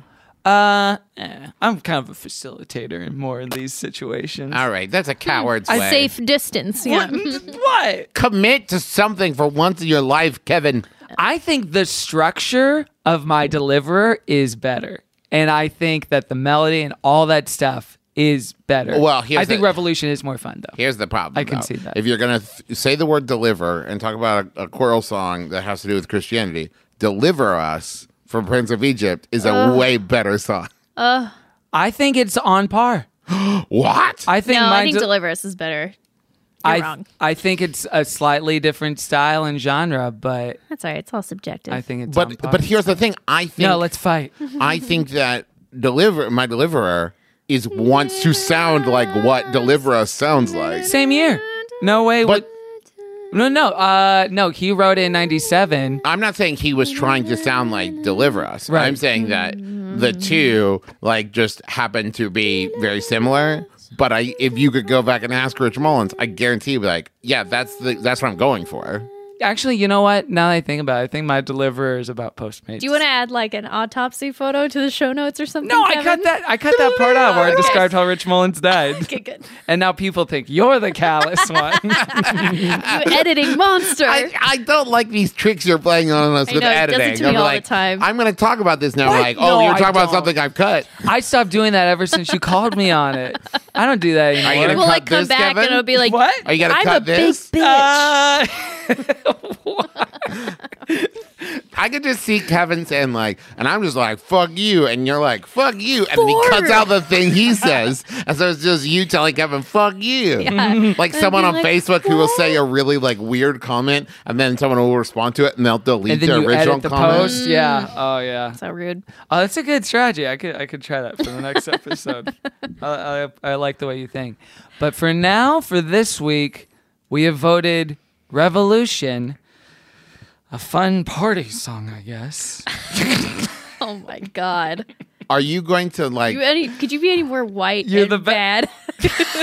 [SPEAKER 2] uh, eh, I'm kind of a facilitator in more of these situations.
[SPEAKER 4] All right, that's a coward's
[SPEAKER 7] A safe distance. Yeah.
[SPEAKER 2] What?
[SPEAKER 4] Commit to something for once in your life, Kevin.
[SPEAKER 2] I think the structure of my deliverer is better, and I think that the melody and all that stuff is better.
[SPEAKER 4] Well, here's
[SPEAKER 2] I think
[SPEAKER 4] the-
[SPEAKER 2] Revolution is more fun though.
[SPEAKER 4] Here's the problem.
[SPEAKER 2] I can
[SPEAKER 4] though.
[SPEAKER 2] see that.
[SPEAKER 4] If you're going to th- say the word deliver and talk about a, a choral song that has to do with Christianity, Deliver Us from Prince of Egypt is a
[SPEAKER 2] Ugh.
[SPEAKER 4] way better song.
[SPEAKER 7] Uh,
[SPEAKER 2] I think it's on par.
[SPEAKER 4] what?
[SPEAKER 2] I think
[SPEAKER 7] no, I
[SPEAKER 2] mine
[SPEAKER 7] think
[SPEAKER 2] de-
[SPEAKER 7] Deliver Us is better. You're
[SPEAKER 2] I
[SPEAKER 7] wrong.
[SPEAKER 2] I think it's a slightly different style and genre, but
[SPEAKER 7] That's all right. It's all subjective.
[SPEAKER 2] I think it's on
[SPEAKER 4] But
[SPEAKER 2] par.
[SPEAKER 4] but here's the thing. I think
[SPEAKER 2] no, let's fight.
[SPEAKER 4] I think that deliver my deliverer is wants to sound like what deliverer sounds like.
[SPEAKER 2] Same year. No way.
[SPEAKER 4] But-
[SPEAKER 2] what- no, no, uh, no. He wrote it in '97.
[SPEAKER 4] I'm not saying he was trying to sound like Deliver Us.
[SPEAKER 2] Right.
[SPEAKER 4] I'm saying that the two like just happen to be very similar. But I, if you could go back and ask Rich Mullins, I guarantee you'd be like, yeah, that's the that's what I'm going for.
[SPEAKER 2] Actually, you know what? Now that I think about it, I think my deliverer is about Postmates.
[SPEAKER 7] Do you want to add like an autopsy photo to the show notes or something?
[SPEAKER 2] No, I
[SPEAKER 7] Kevin?
[SPEAKER 2] cut that. I cut that part out where I
[SPEAKER 7] Okay.
[SPEAKER 2] described how Rich Mullins died,
[SPEAKER 7] Okay, good.
[SPEAKER 2] and now people think you're the callous one.
[SPEAKER 7] You editing monster.
[SPEAKER 4] I, I don't like these tricks you're playing on us
[SPEAKER 7] I
[SPEAKER 4] with
[SPEAKER 7] know, it does it
[SPEAKER 4] editing.
[SPEAKER 7] to me
[SPEAKER 4] I'm
[SPEAKER 7] all the
[SPEAKER 4] like,
[SPEAKER 7] time.
[SPEAKER 4] I'm going to talk about this now.
[SPEAKER 2] What?
[SPEAKER 4] Like, oh,
[SPEAKER 2] No,
[SPEAKER 4] you're
[SPEAKER 2] I
[SPEAKER 4] talking about
[SPEAKER 2] don't.
[SPEAKER 4] something I've cut.
[SPEAKER 2] I stopped doing that ever since you called me on it. I don't do that
[SPEAKER 4] Are you
[SPEAKER 2] anymore.
[SPEAKER 4] gonna
[SPEAKER 7] will like
[SPEAKER 4] cut
[SPEAKER 7] come
[SPEAKER 4] this,
[SPEAKER 7] back
[SPEAKER 4] Kevin?
[SPEAKER 7] and it'll be like,
[SPEAKER 2] What?
[SPEAKER 4] Are Oh, you going to
[SPEAKER 7] I'm
[SPEAKER 4] cut
[SPEAKER 7] a
[SPEAKER 4] this?
[SPEAKER 7] big bitch.
[SPEAKER 2] Uh,
[SPEAKER 4] I could just see Kevin saying like, and I'm just like, "Fuck you," and you're like, "Fuck you," and then he cuts
[SPEAKER 7] Bored.
[SPEAKER 4] out the thing he says, and so it's just you telling Kevin, "Fuck you,"
[SPEAKER 2] Mm-hmm.
[SPEAKER 4] like someone
[SPEAKER 7] be
[SPEAKER 4] on
[SPEAKER 7] like,
[SPEAKER 4] Facebook who will say a really like weird comment, and then someone will respond to it, and they'll delete
[SPEAKER 2] and then
[SPEAKER 4] their
[SPEAKER 2] you
[SPEAKER 4] original
[SPEAKER 2] edit the
[SPEAKER 4] comment.
[SPEAKER 2] post. Yeah. Oh yeah.
[SPEAKER 7] so rude.
[SPEAKER 2] Oh, that's a good strategy. I could I could try that for the next episode. I, I, I like the way you think. But for now, for this week, we have voted Revolution, a fun party song, I guess.
[SPEAKER 7] Oh my god.
[SPEAKER 4] Are you going to like?
[SPEAKER 7] You any? Could you be any more white
[SPEAKER 2] You're
[SPEAKER 7] and
[SPEAKER 2] the be-
[SPEAKER 7] bad?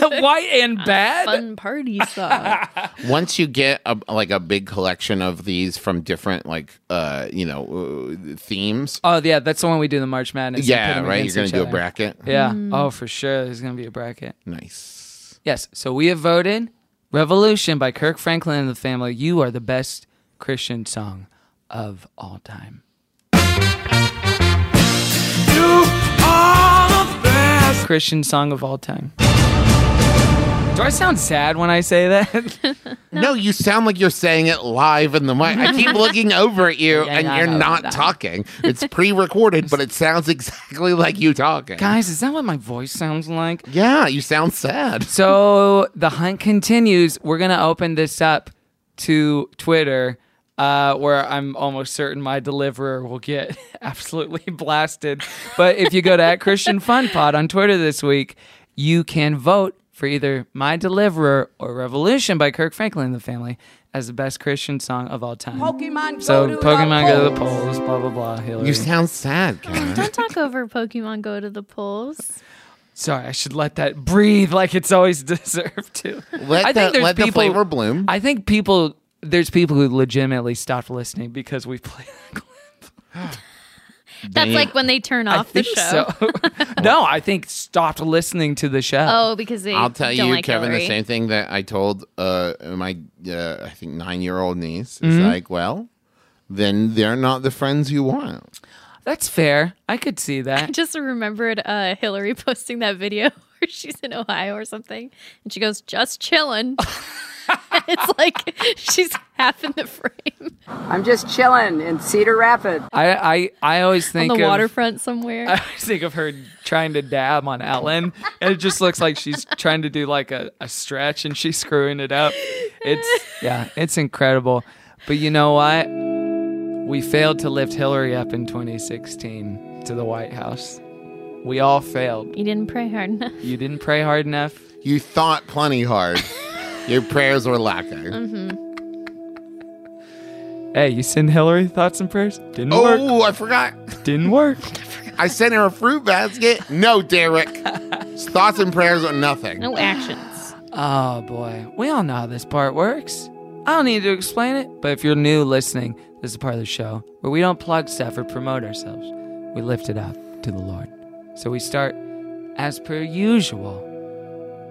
[SPEAKER 2] White and bad.
[SPEAKER 7] Fun party song.
[SPEAKER 4] once you get a, like a big collection of these from different like uh you know uh, themes,
[SPEAKER 2] Oh yeah, that's the one we do in the March Madness. and put
[SPEAKER 4] yeah,
[SPEAKER 2] 'em
[SPEAKER 4] right. You're
[SPEAKER 2] against
[SPEAKER 4] gonna
[SPEAKER 2] each
[SPEAKER 4] do a
[SPEAKER 2] other.
[SPEAKER 4] bracket.
[SPEAKER 2] Yeah. Oh, for sure. There's gonna be a bracket.
[SPEAKER 4] Nice.
[SPEAKER 2] Yes. So we have voted Revolution by Kirk Franklin and the Family. You are the best Christian song of all time. Christian song of all time. Do I sound sad when I say that?
[SPEAKER 4] No, you sound like you're saying it live in the mic. I keep looking over at you
[SPEAKER 2] Yeah,
[SPEAKER 4] and
[SPEAKER 2] yeah, I
[SPEAKER 4] you're
[SPEAKER 2] know
[SPEAKER 4] not
[SPEAKER 2] that.
[SPEAKER 4] talking. It's pre recorded, but it sounds exactly like you talking.
[SPEAKER 2] Guys, is that what my voice sounds like?
[SPEAKER 4] Yeah, you sound sad.
[SPEAKER 2] So the hunt continues. We're gonna open this up to Twitter, uh, where I'm almost certain my deliverer will get absolutely blasted. But if you go to at Christian Fun Pod on Twitter this week, you can vote for either My Deliverer or Revolution by Kirk Franklin and the Family as the best Christian song of all time. Pokemon so go Pokemon go to the polls. Blah blah blah. Hillary.
[SPEAKER 4] You sound sad, Karen.
[SPEAKER 7] Don't talk over Pokemon Go to the polls.
[SPEAKER 2] Sorry, I should let that breathe like it's always deserved to.
[SPEAKER 4] Let
[SPEAKER 2] I
[SPEAKER 4] the- let the flavor bloom.
[SPEAKER 2] I think people there's people who legitimately stopped listening because we played. that clip.
[SPEAKER 7] That's like when they turn
[SPEAKER 2] I
[SPEAKER 7] off the
[SPEAKER 2] think
[SPEAKER 7] show.
[SPEAKER 2] so. no, I think stopped listening to the show.
[SPEAKER 7] Oh, because they.
[SPEAKER 4] I'll tell
[SPEAKER 7] don't
[SPEAKER 4] you,
[SPEAKER 7] like
[SPEAKER 4] Kevin,
[SPEAKER 7] Hillary.
[SPEAKER 4] the same thing that I told uh, my, uh, I think, nine year old niece. It's
[SPEAKER 2] Mm-hmm.
[SPEAKER 4] like, well, then they're not the friends you want.
[SPEAKER 2] That's fair. I could see
[SPEAKER 7] I
[SPEAKER 2] that.
[SPEAKER 7] just remembered uh, Hillary posting that video where she's in Ohio or something, and she goes, "Just chilling." it's like she's half in the frame
[SPEAKER 8] I'm just chilling in Cedar Rapids.
[SPEAKER 2] I I, I always
[SPEAKER 7] on
[SPEAKER 2] think
[SPEAKER 7] the
[SPEAKER 2] of,
[SPEAKER 7] waterfront somewhere.
[SPEAKER 2] I always think of her trying to dab on Ellen, and it just looks like she's trying to do like a, a stretch, and she's screwing it up. It's yeah, it's incredible. But you know what? We failed to lift Hillary up in 2016 to the White House. We all failed.
[SPEAKER 7] you didn't pray hard enough.
[SPEAKER 2] You didn't pray hard enough.
[SPEAKER 4] You thought plenty hard. Your prayers were lacking.
[SPEAKER 2] Mm-hmm. Hey, you send Hillary thoughts and prayers? Didn't work.
[SPEAKER 4] Oh, I forgot.
[SPEAKER 2] Didn't work.
[SPEAKER 4] I sent her a fruit basket. No, Derek. Thoughts and prayers are nothing.
[SPEAKER 7] No actions.
[SPEAKER 2] Oh boy, we all know how this part works. I don't need to explain it, but if you're new listening, this is part of the show where we don't plug stuff or promote ourselves. We lift it up to the Lord. So we start, as per usual,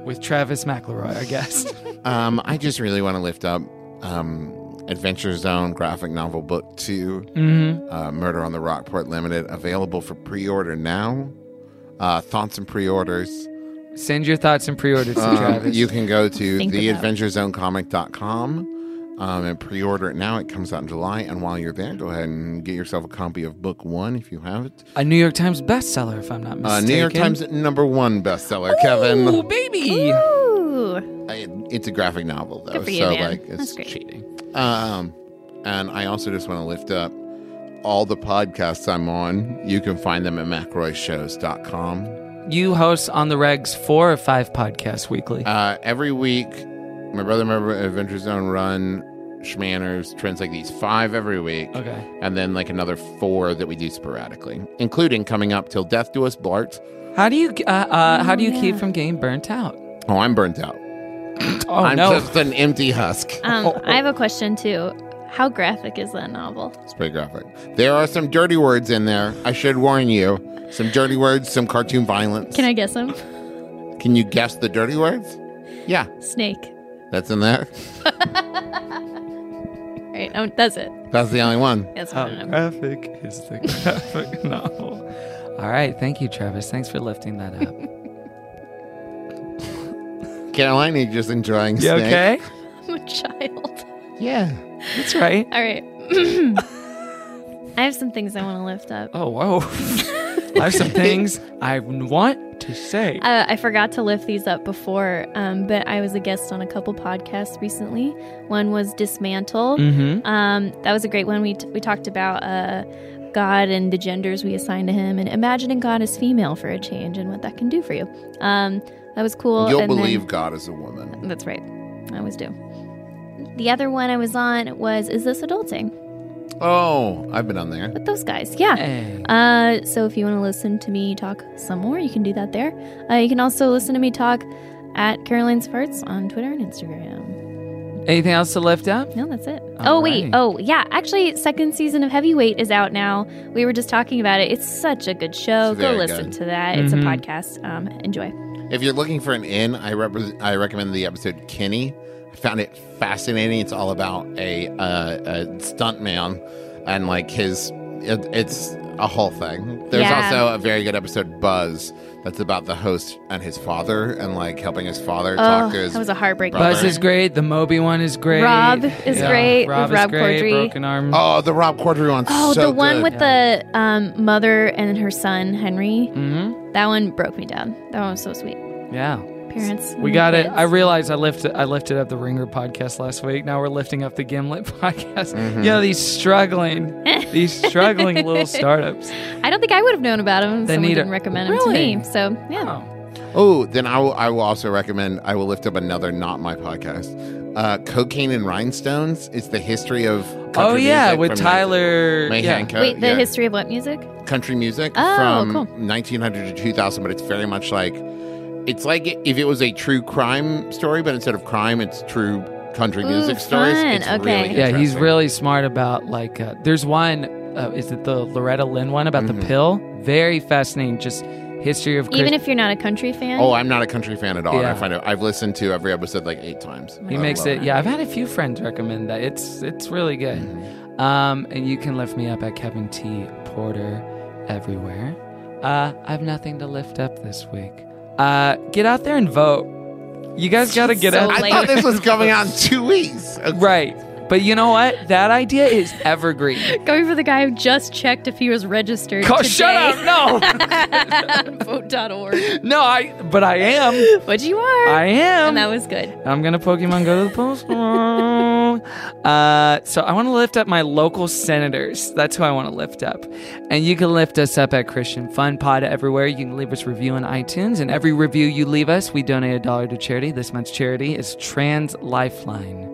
[SPEAKER 2] with Travis McElroy, our guest.
[SPEAKER 4] Um, I just really want to lift up um, Adventure Zone graphic novel book 2
[SPEAKER 7] Mm-hmm.
[SPEAKER 4] uh, Murder on the Rockport Limited, available for pre-order now. Uh, thoughts and pre-orders.
[SPEAKER 2] Send your thoughts and pre-orders to
[SPEAKER 4] Um,
[SPEAKER 2] Travis.
[SPEAKER 4] you can go to
[SPEAKER 7] Think about it.
[SPEAKER 4] theadventurezonecomic.com um, and pre-order it now. It comes out in July, and while you're there, go ahead and get yourself a copy of book one if you have it.
[SPEAKER 2] a New York Times bestseller, if I'm not
[SPEAKER 4] Uh,
[SPEAKER 2] mistaken.
[SPEAKER 4] New York Times number one bestseller, Kevin.
[SPEAKER 2] Ooh, baby.
[SPEAKER 7] Ooh,
[SPEAKER 4] I, it's a graphic novel though,
[SPEAKER 7] Good for you,
[SPEAKER 4] so
[SPEAKER 7] man.
[SPEAKER 4] like it's
[SPEAKER 7] That's great.
[SPEAKER 4] cheating. Um, and I also just want to lift up all the podcasts I'm on. You can find them at macroyshows.com.
[SPEAKER 2] You host on the regs four or five podcasts weekly.
[SPEAKER 4] Uh, every week, my brother, my Brother, Adventure Zone run, Schmanners, trends like these five every week.
[SPEAKER 2] Okay.
[SPEAKER 4] And then like another four that we do sporadically, including coming up till death do us part.
[SPEAKER 2] How do you uh,
[SPEAKER 7] Oh,
[SPEAKER 2] uh, how do you keep from getting burnt out?
[SPEAKER 4] Oh, I'm burnt out.
[SPEAKER 2] Oh
[SPEAKER 4] I'm
[SPEAKER 2] no.
[SPEAKER 4] just an empty husk.
[SPEAKER 7] Um,
[SPEAKER 2] Oh,
[SPEAKER 7] I have a question too. How graphic is that novel?
[SPEAKER 4] It's pretty graphic. There are some dirty words in there. I should warn you. Some dirty words, some cartoon violence.
[SPEAKER 7] Can I guess them?
[SPEAKER 4] Can you guess the dirty words? Yeah.
[SPEAKER 7] Snake.
[SPEAKER 4] That's in there.
[SPEAKER 7] Right. Oh, that's it.
[SPEAKER 4] That's the only one.
[SPEAKER 7] That's
[SPEAKER 2] How
[SPEAKER 7] what I know.
[SPEAKER 2] graphic is the graphic novel? All right, thank you, Travis. Thanks for lifting that up.
[SPEAKER 4] Caroline, you just enjoying
[SPEAKER 2] you
[SPEAKER 4] snake?
[SPEAKER 2] okay?
[SPEAKER 7] I'm a child.
[SPEAKER 4] Yeah.
[SPEAKER 2] That's right.
[SPEAKER 7] All right. I have some things I want to lift up.
[SPEAKER 2] Oh whoa! I have some things I want to say.
[SPEAKER 7] Uh, I forgot to lift these up before, um, but I was a guest on a couple podcasts recently. One was Dismantle.
[SPEAKER 4] Mm-hmm.
[SPEAKER 2] Mhm.
[SPEAKER 7] Um, that was a great one. We, t- we talked about uh, God and the genders we assign to Him and imagining God as female for a change and what that can do for you. Um, that was cool.
[SPEAKER 4] You'll
[SPEAKER 7] And then-
[SPEAKER 4] believe God is a woman.
[SPEAKER 7] That's right. I always do. The other one I was on was Is This Adulting?
[SPEAKER 4] Oh, I've been on there.
[SPEAKER 7] With those guys. Yeah.
[SPEAKER 2] Hey.
[SPEAKER 7] Uh, so if you want to listen to me talk some more, you can do that there. Uh, you can also listen to me talk at Caroline's Farts on Twitter and Instagram.
[SPEAKER 2] Anything else to lift up?
[SPEAKER 7] No, that's it.
[SPEAKER 2] All
[SPEAKER 7] oh, wait.
[SPEAKER 2] right.
[SPEAKER 7] Oh, yeah. Actually, second season of Heavyweight is out now. We were just talking about it. It's such a good show.
[SPEAKER 4] It's
[SPEAKER 7] Go
[SPEAKER 4] very
[SPEAKER 7] listen
[SPEAKER 4] good.
[SPEAKER 7] to that. It's a podcast. Um, enjoy.
[SPEAKER 4] If you're looking for an in, I repre- I recommend the episode Kenny. I found it fascinating. It's all about a uh, a stunt man and like his. It, it's a whole thing. There's
[SPEAKER 7] Yeah.
[SPEAKER 4] also a very good episode Buzz that's about the host and his father and like helping his father
[SPEAKER 7] Oh,
[SPEAKER 4] talk to his.
[SPEAKER 7] that was a heartbreaking.
[SPEAKER 4] Brother.
[SPEAKER 2] Buzz is great. The Moby one is great.
[SPEAKER 7] Rob is great.
[SPEAKER 2] Rob,
[SPEAKER 7] Rob
[SPEAKER 2] is great.
[SPEAKER 7] Corddry.
[SPEAKER 2] Broken arm.
[SPEAKER 4] oh, the Rob Corddry one.
[SPEAKER 7] Oh,
[SPEAKER 4] so
[SPEAKER 7] the one
[SPEAKER 4] good.
[SPEAKER 7] with the um, mother and her son Henry. Mm-hmm. That one broke me down. That one was so sweet.
[SPEAKER 2] Yeah.
[SPEAKER 7] Parents,
[SPEAKER 2] We got it. I realized I lifted I lifted up the Ringer podcast last week. Now we're lifting up the Gimlet podcast.
[SPEAKER 7] Mm-hmm.
[SPEAKER 2] You know these struggling, these struggling little startups.
[SPEAKER 7] I don't think I would have known about him. if
[SPEAKER 2] They
[SPEAKER 7] Someone
[SPEAKER 2] need a-
[SPEAKER 7] didn't recommend him
[SPEAKER 2] Really?
[SPEAKER 7] to me. So yeah,
[SPEAKER 2] Oh,
[SPEAKER 4] Oh, then I will, I will also recommend, I will lift up another not my podcast. Uh, Cocaine and Rhinestones. It's the history of country
[SPEAKER 2] oh yeah,
[SPEAKER 4] music
[SPEAKER 2] with
[SPEAKER 4] from
[SPEAKER 2] Tyler.
[SPEAKER 4] 19- Mayhem
[SPEAKER 2] Oh. yeah.
[SPEAKER 4] Co-
[SPEAKER 7] wait, the
[SPEAKER 4] yeah.
[SPEAKER 7] history of what music?
[SPEAKER 4] country music
[SPEAKER 7] Oh,
[SPEAKER 4] from
[SPEAKER 7] cool.
[SPEAKER 4] 1900 to 2000, but it's very much like it's like if it was a true crime story, but instead of crime, it's true country
[SPEAKER 7] Ooh,
[SPEAKER 4] music stories.
[SPEAKER 7] fun.
[SPEAKER 4] It's
[SPEAKER 7] Okay.
[SPEAKER 4] really
[SPEAKER 2] Yeah, he's
[SPEAKER 4] interesting.
[SPEAKER 2] really smart about like. Uh, there's one. Uh, is it the Loretta Lynn one about the pill? Very fascinating. Just history of Chris-
[SPEAKER 7] Mm-hmm. Even if you're not a country fan.
[SPEAKER 4] Oh, I'm not a country fan at all.
[SPEAKER 2] Yeah.
[SPEAKER 4] I find it. I've listened to every episode like eight times.
[SPEAKER 2] he
[SPEAKER 4] I
[SPEAKER 2] makes
[SPEAKER 4] love
[SPEAKER 2] it. Yeah, I've had a few friends recommend that. It's it's really good. Um, and you can lift me up at Kevin T Porter everywhere. Uh, I have nothing to lift up this week. Uh, get out there and vote. You guys got to get
[SPEAKER 7] So
[SPEAKER 2] out.
[SPEAKER 4] I
[SPEAKER 7] late.
[SPEAKER 4] thought Oh, this was coming out in two weeks. Okay.
[SPEAKER 2] right. But you know what? That idea is evergreen.
[SPEAKER 7] going for the guy who just checked if he was registered.
[SPEAKER 2] Co-
[SPEAKER 7] today.
[SPEAKER 2] Oh, shut up! No,
[SPEAKER 7] Vote.org.
[SPEAKER 2] no. I. But I am.
[SPEAKER 7] Which you are.
[SPEAKER 2] I am.
[SPEAKER 7] and that was good.
[SPEAKER 2] I'm gonna Pokemon go to the post. uh, so I want to lift up my local senators. That's who I want to lift up. And you can lift us up at Christian Fun Pod everywhere. You can leave us review on iTunes, and every review you leave us, we donate a dollar to charity. This month's charity is Trans Lifeline.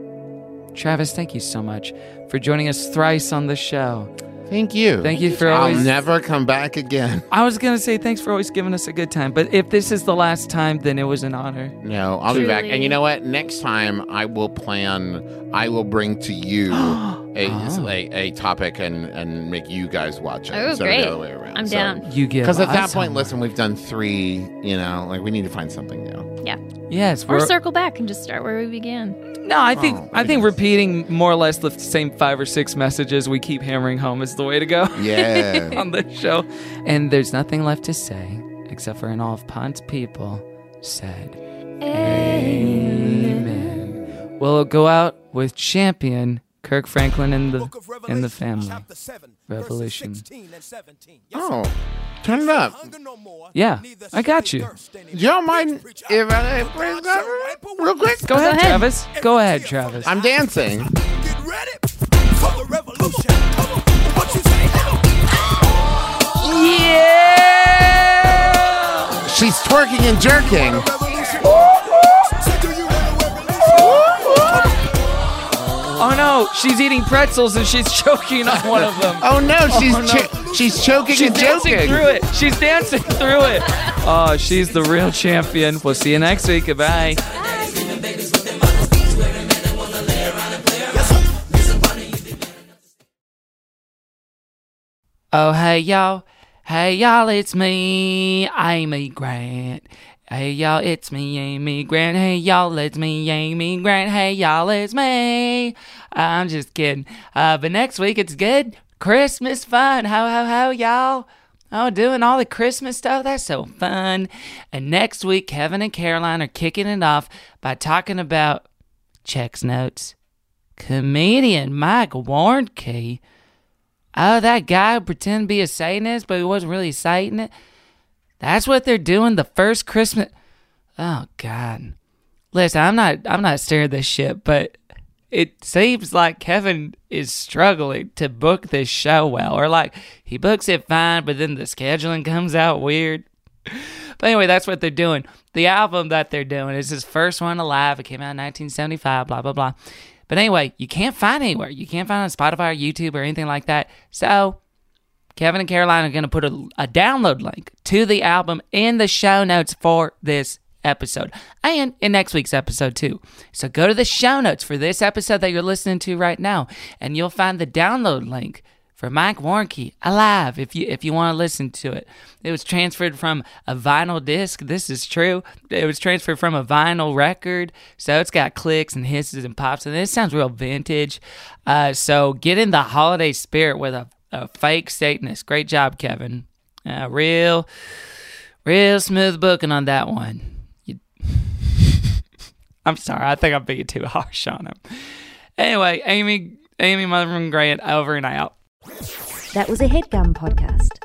[SPEAKER 2] Travis, thank you so much for joining us thrice on the show.
[SPEAKER 4] Thank you.
[SPEAKER 2] Thank you for
[SPEAKER 4] I'll
[SPEAKER 2] always.
[SPEAKER 4] never come back again.
[SPEAKER 2] I was gonna say thanks for always giving us a good time, but if this is the last time, then it was an honor.
[SPEAKER 4] No, I'll be back.
[SPEAKER 7] Truly.
[SPEAKER 4] And you know what? Next time I will plan. I will bring to you a, a a topic and and make you guys watch it.
[SPEAKER 7] Oh,
[SPEAKER 4] instead of
[SPEAKER 7] great.
[SPEAKER 4] The other way around.
[SPEAKER 7] I'm
[SPEAKER 4] So-
[SPEAKER 7] down.
[SPEAKER 2] You give
[SPEAKER 4] Because at that
[SPEAKER 2] us
[SPEAKER 4] point,
[SPEAKER 2] some-
[SPEAKER 4] listen, we've done three. You know, like we need to find something new.
[SPEAKER 7] Yeah.
[SPEAKER 2] yes,
[SPEAKER 7] Or
[SPEAKER 2] we're
[SPEAKER 7] circle back and just start where we began.
[SPEAKER 2] No, I think
[SPEAKER 4] Oh,
[SPEAKER 2] I think repeating more or less the same five or six messages we keep hammering home is the way to go
[SPEAKER 4] Yeah.
[SPEAKER 2] on this show. And there's nothing left to say except for an all of Pond's people said Amen. We'll go out with champion Kirk Franklin and the and the family. Revelation.
[SPEAKER 4] Oh, turn it up.
[SPEAKER 2] Yeah, I got you.
[SPEAKER 4] Y'all mind if I play that real quick?
[SPEAKER 2] Go ahead, Travis. Go ahead, Travis.
[SPEAKER 4] I'm dancing.
[SPEAKER 2] Yeah!
[SPEAKER 4] She's twerking and jerking.
[SPEAKER 2] Oh no, she's eating pretzels and she's choking on one of them.
[SPEAKER 4] Oh no, she's cho- she's choking
[SPEAKER 2] She's
[SPEAKER 4] and
[SPEAKER 2] dancing
[SPEAKER 4] joking.
[SPEAKER 2] through it. She's dancing through it. Oh, she's the real champion. We'll see you next week. Goodbye. Oh, hey, y'all. Hey, y'all, it's me, Amy Grant. Hey, y'all, it's me, Amy Grant. Hey, y'all, it's me, Amy Grant. Hey, y'all, it's me. I'm just kidding. Uh, but next week, it's good Christmas fun. Ho, ho, ho, y'all. Oh, doing all the Christmas stuff? That's so fun. And next week, Kevin and Caroline are kicking it off by talking about checks notes. Comedian Mike Warnke. Oh, that guy who pretended to be a Satanist, but he wasn't really a Satanist. That's what they're doing the first Christmas. Oh God. Listen, I'm not I'm not steering this shit, but it seems like Kevin is struggling to book this show well. Or like he books it fine, but then the scheduling comes out weird. But anyway, that's what they're doing. The album that they're doing is his first one alive. It came out in 1975, blah, blah, blah. But anyway, you can't find it anywhere. You can't find it on Spotify or YouTube or anything like that. So Kevin and Caroline are going to put a, a download link to the album in the show notes for this episode and in next week's episode too. So go to the show notes for this episode that you're listening to right now, and you'll find the download link for Mike Warnke alive if you if you want to listen to it. It was transferred from a vinyl disc. This is true. It was transferred from a vinyl record, so it's got clicks and hisses and pops, and this sounds real vintage. Uh, so get in the holiday spirit with a, a fake Satanist. Great job, Kevin. Uh, real, real smooth booking on that one. I'm sorry. I think I'm being too harsh on him. Anyway, Amy, Amy Motherman Grant, over and out.
[SPEAKER 12] That was a headgum podcast.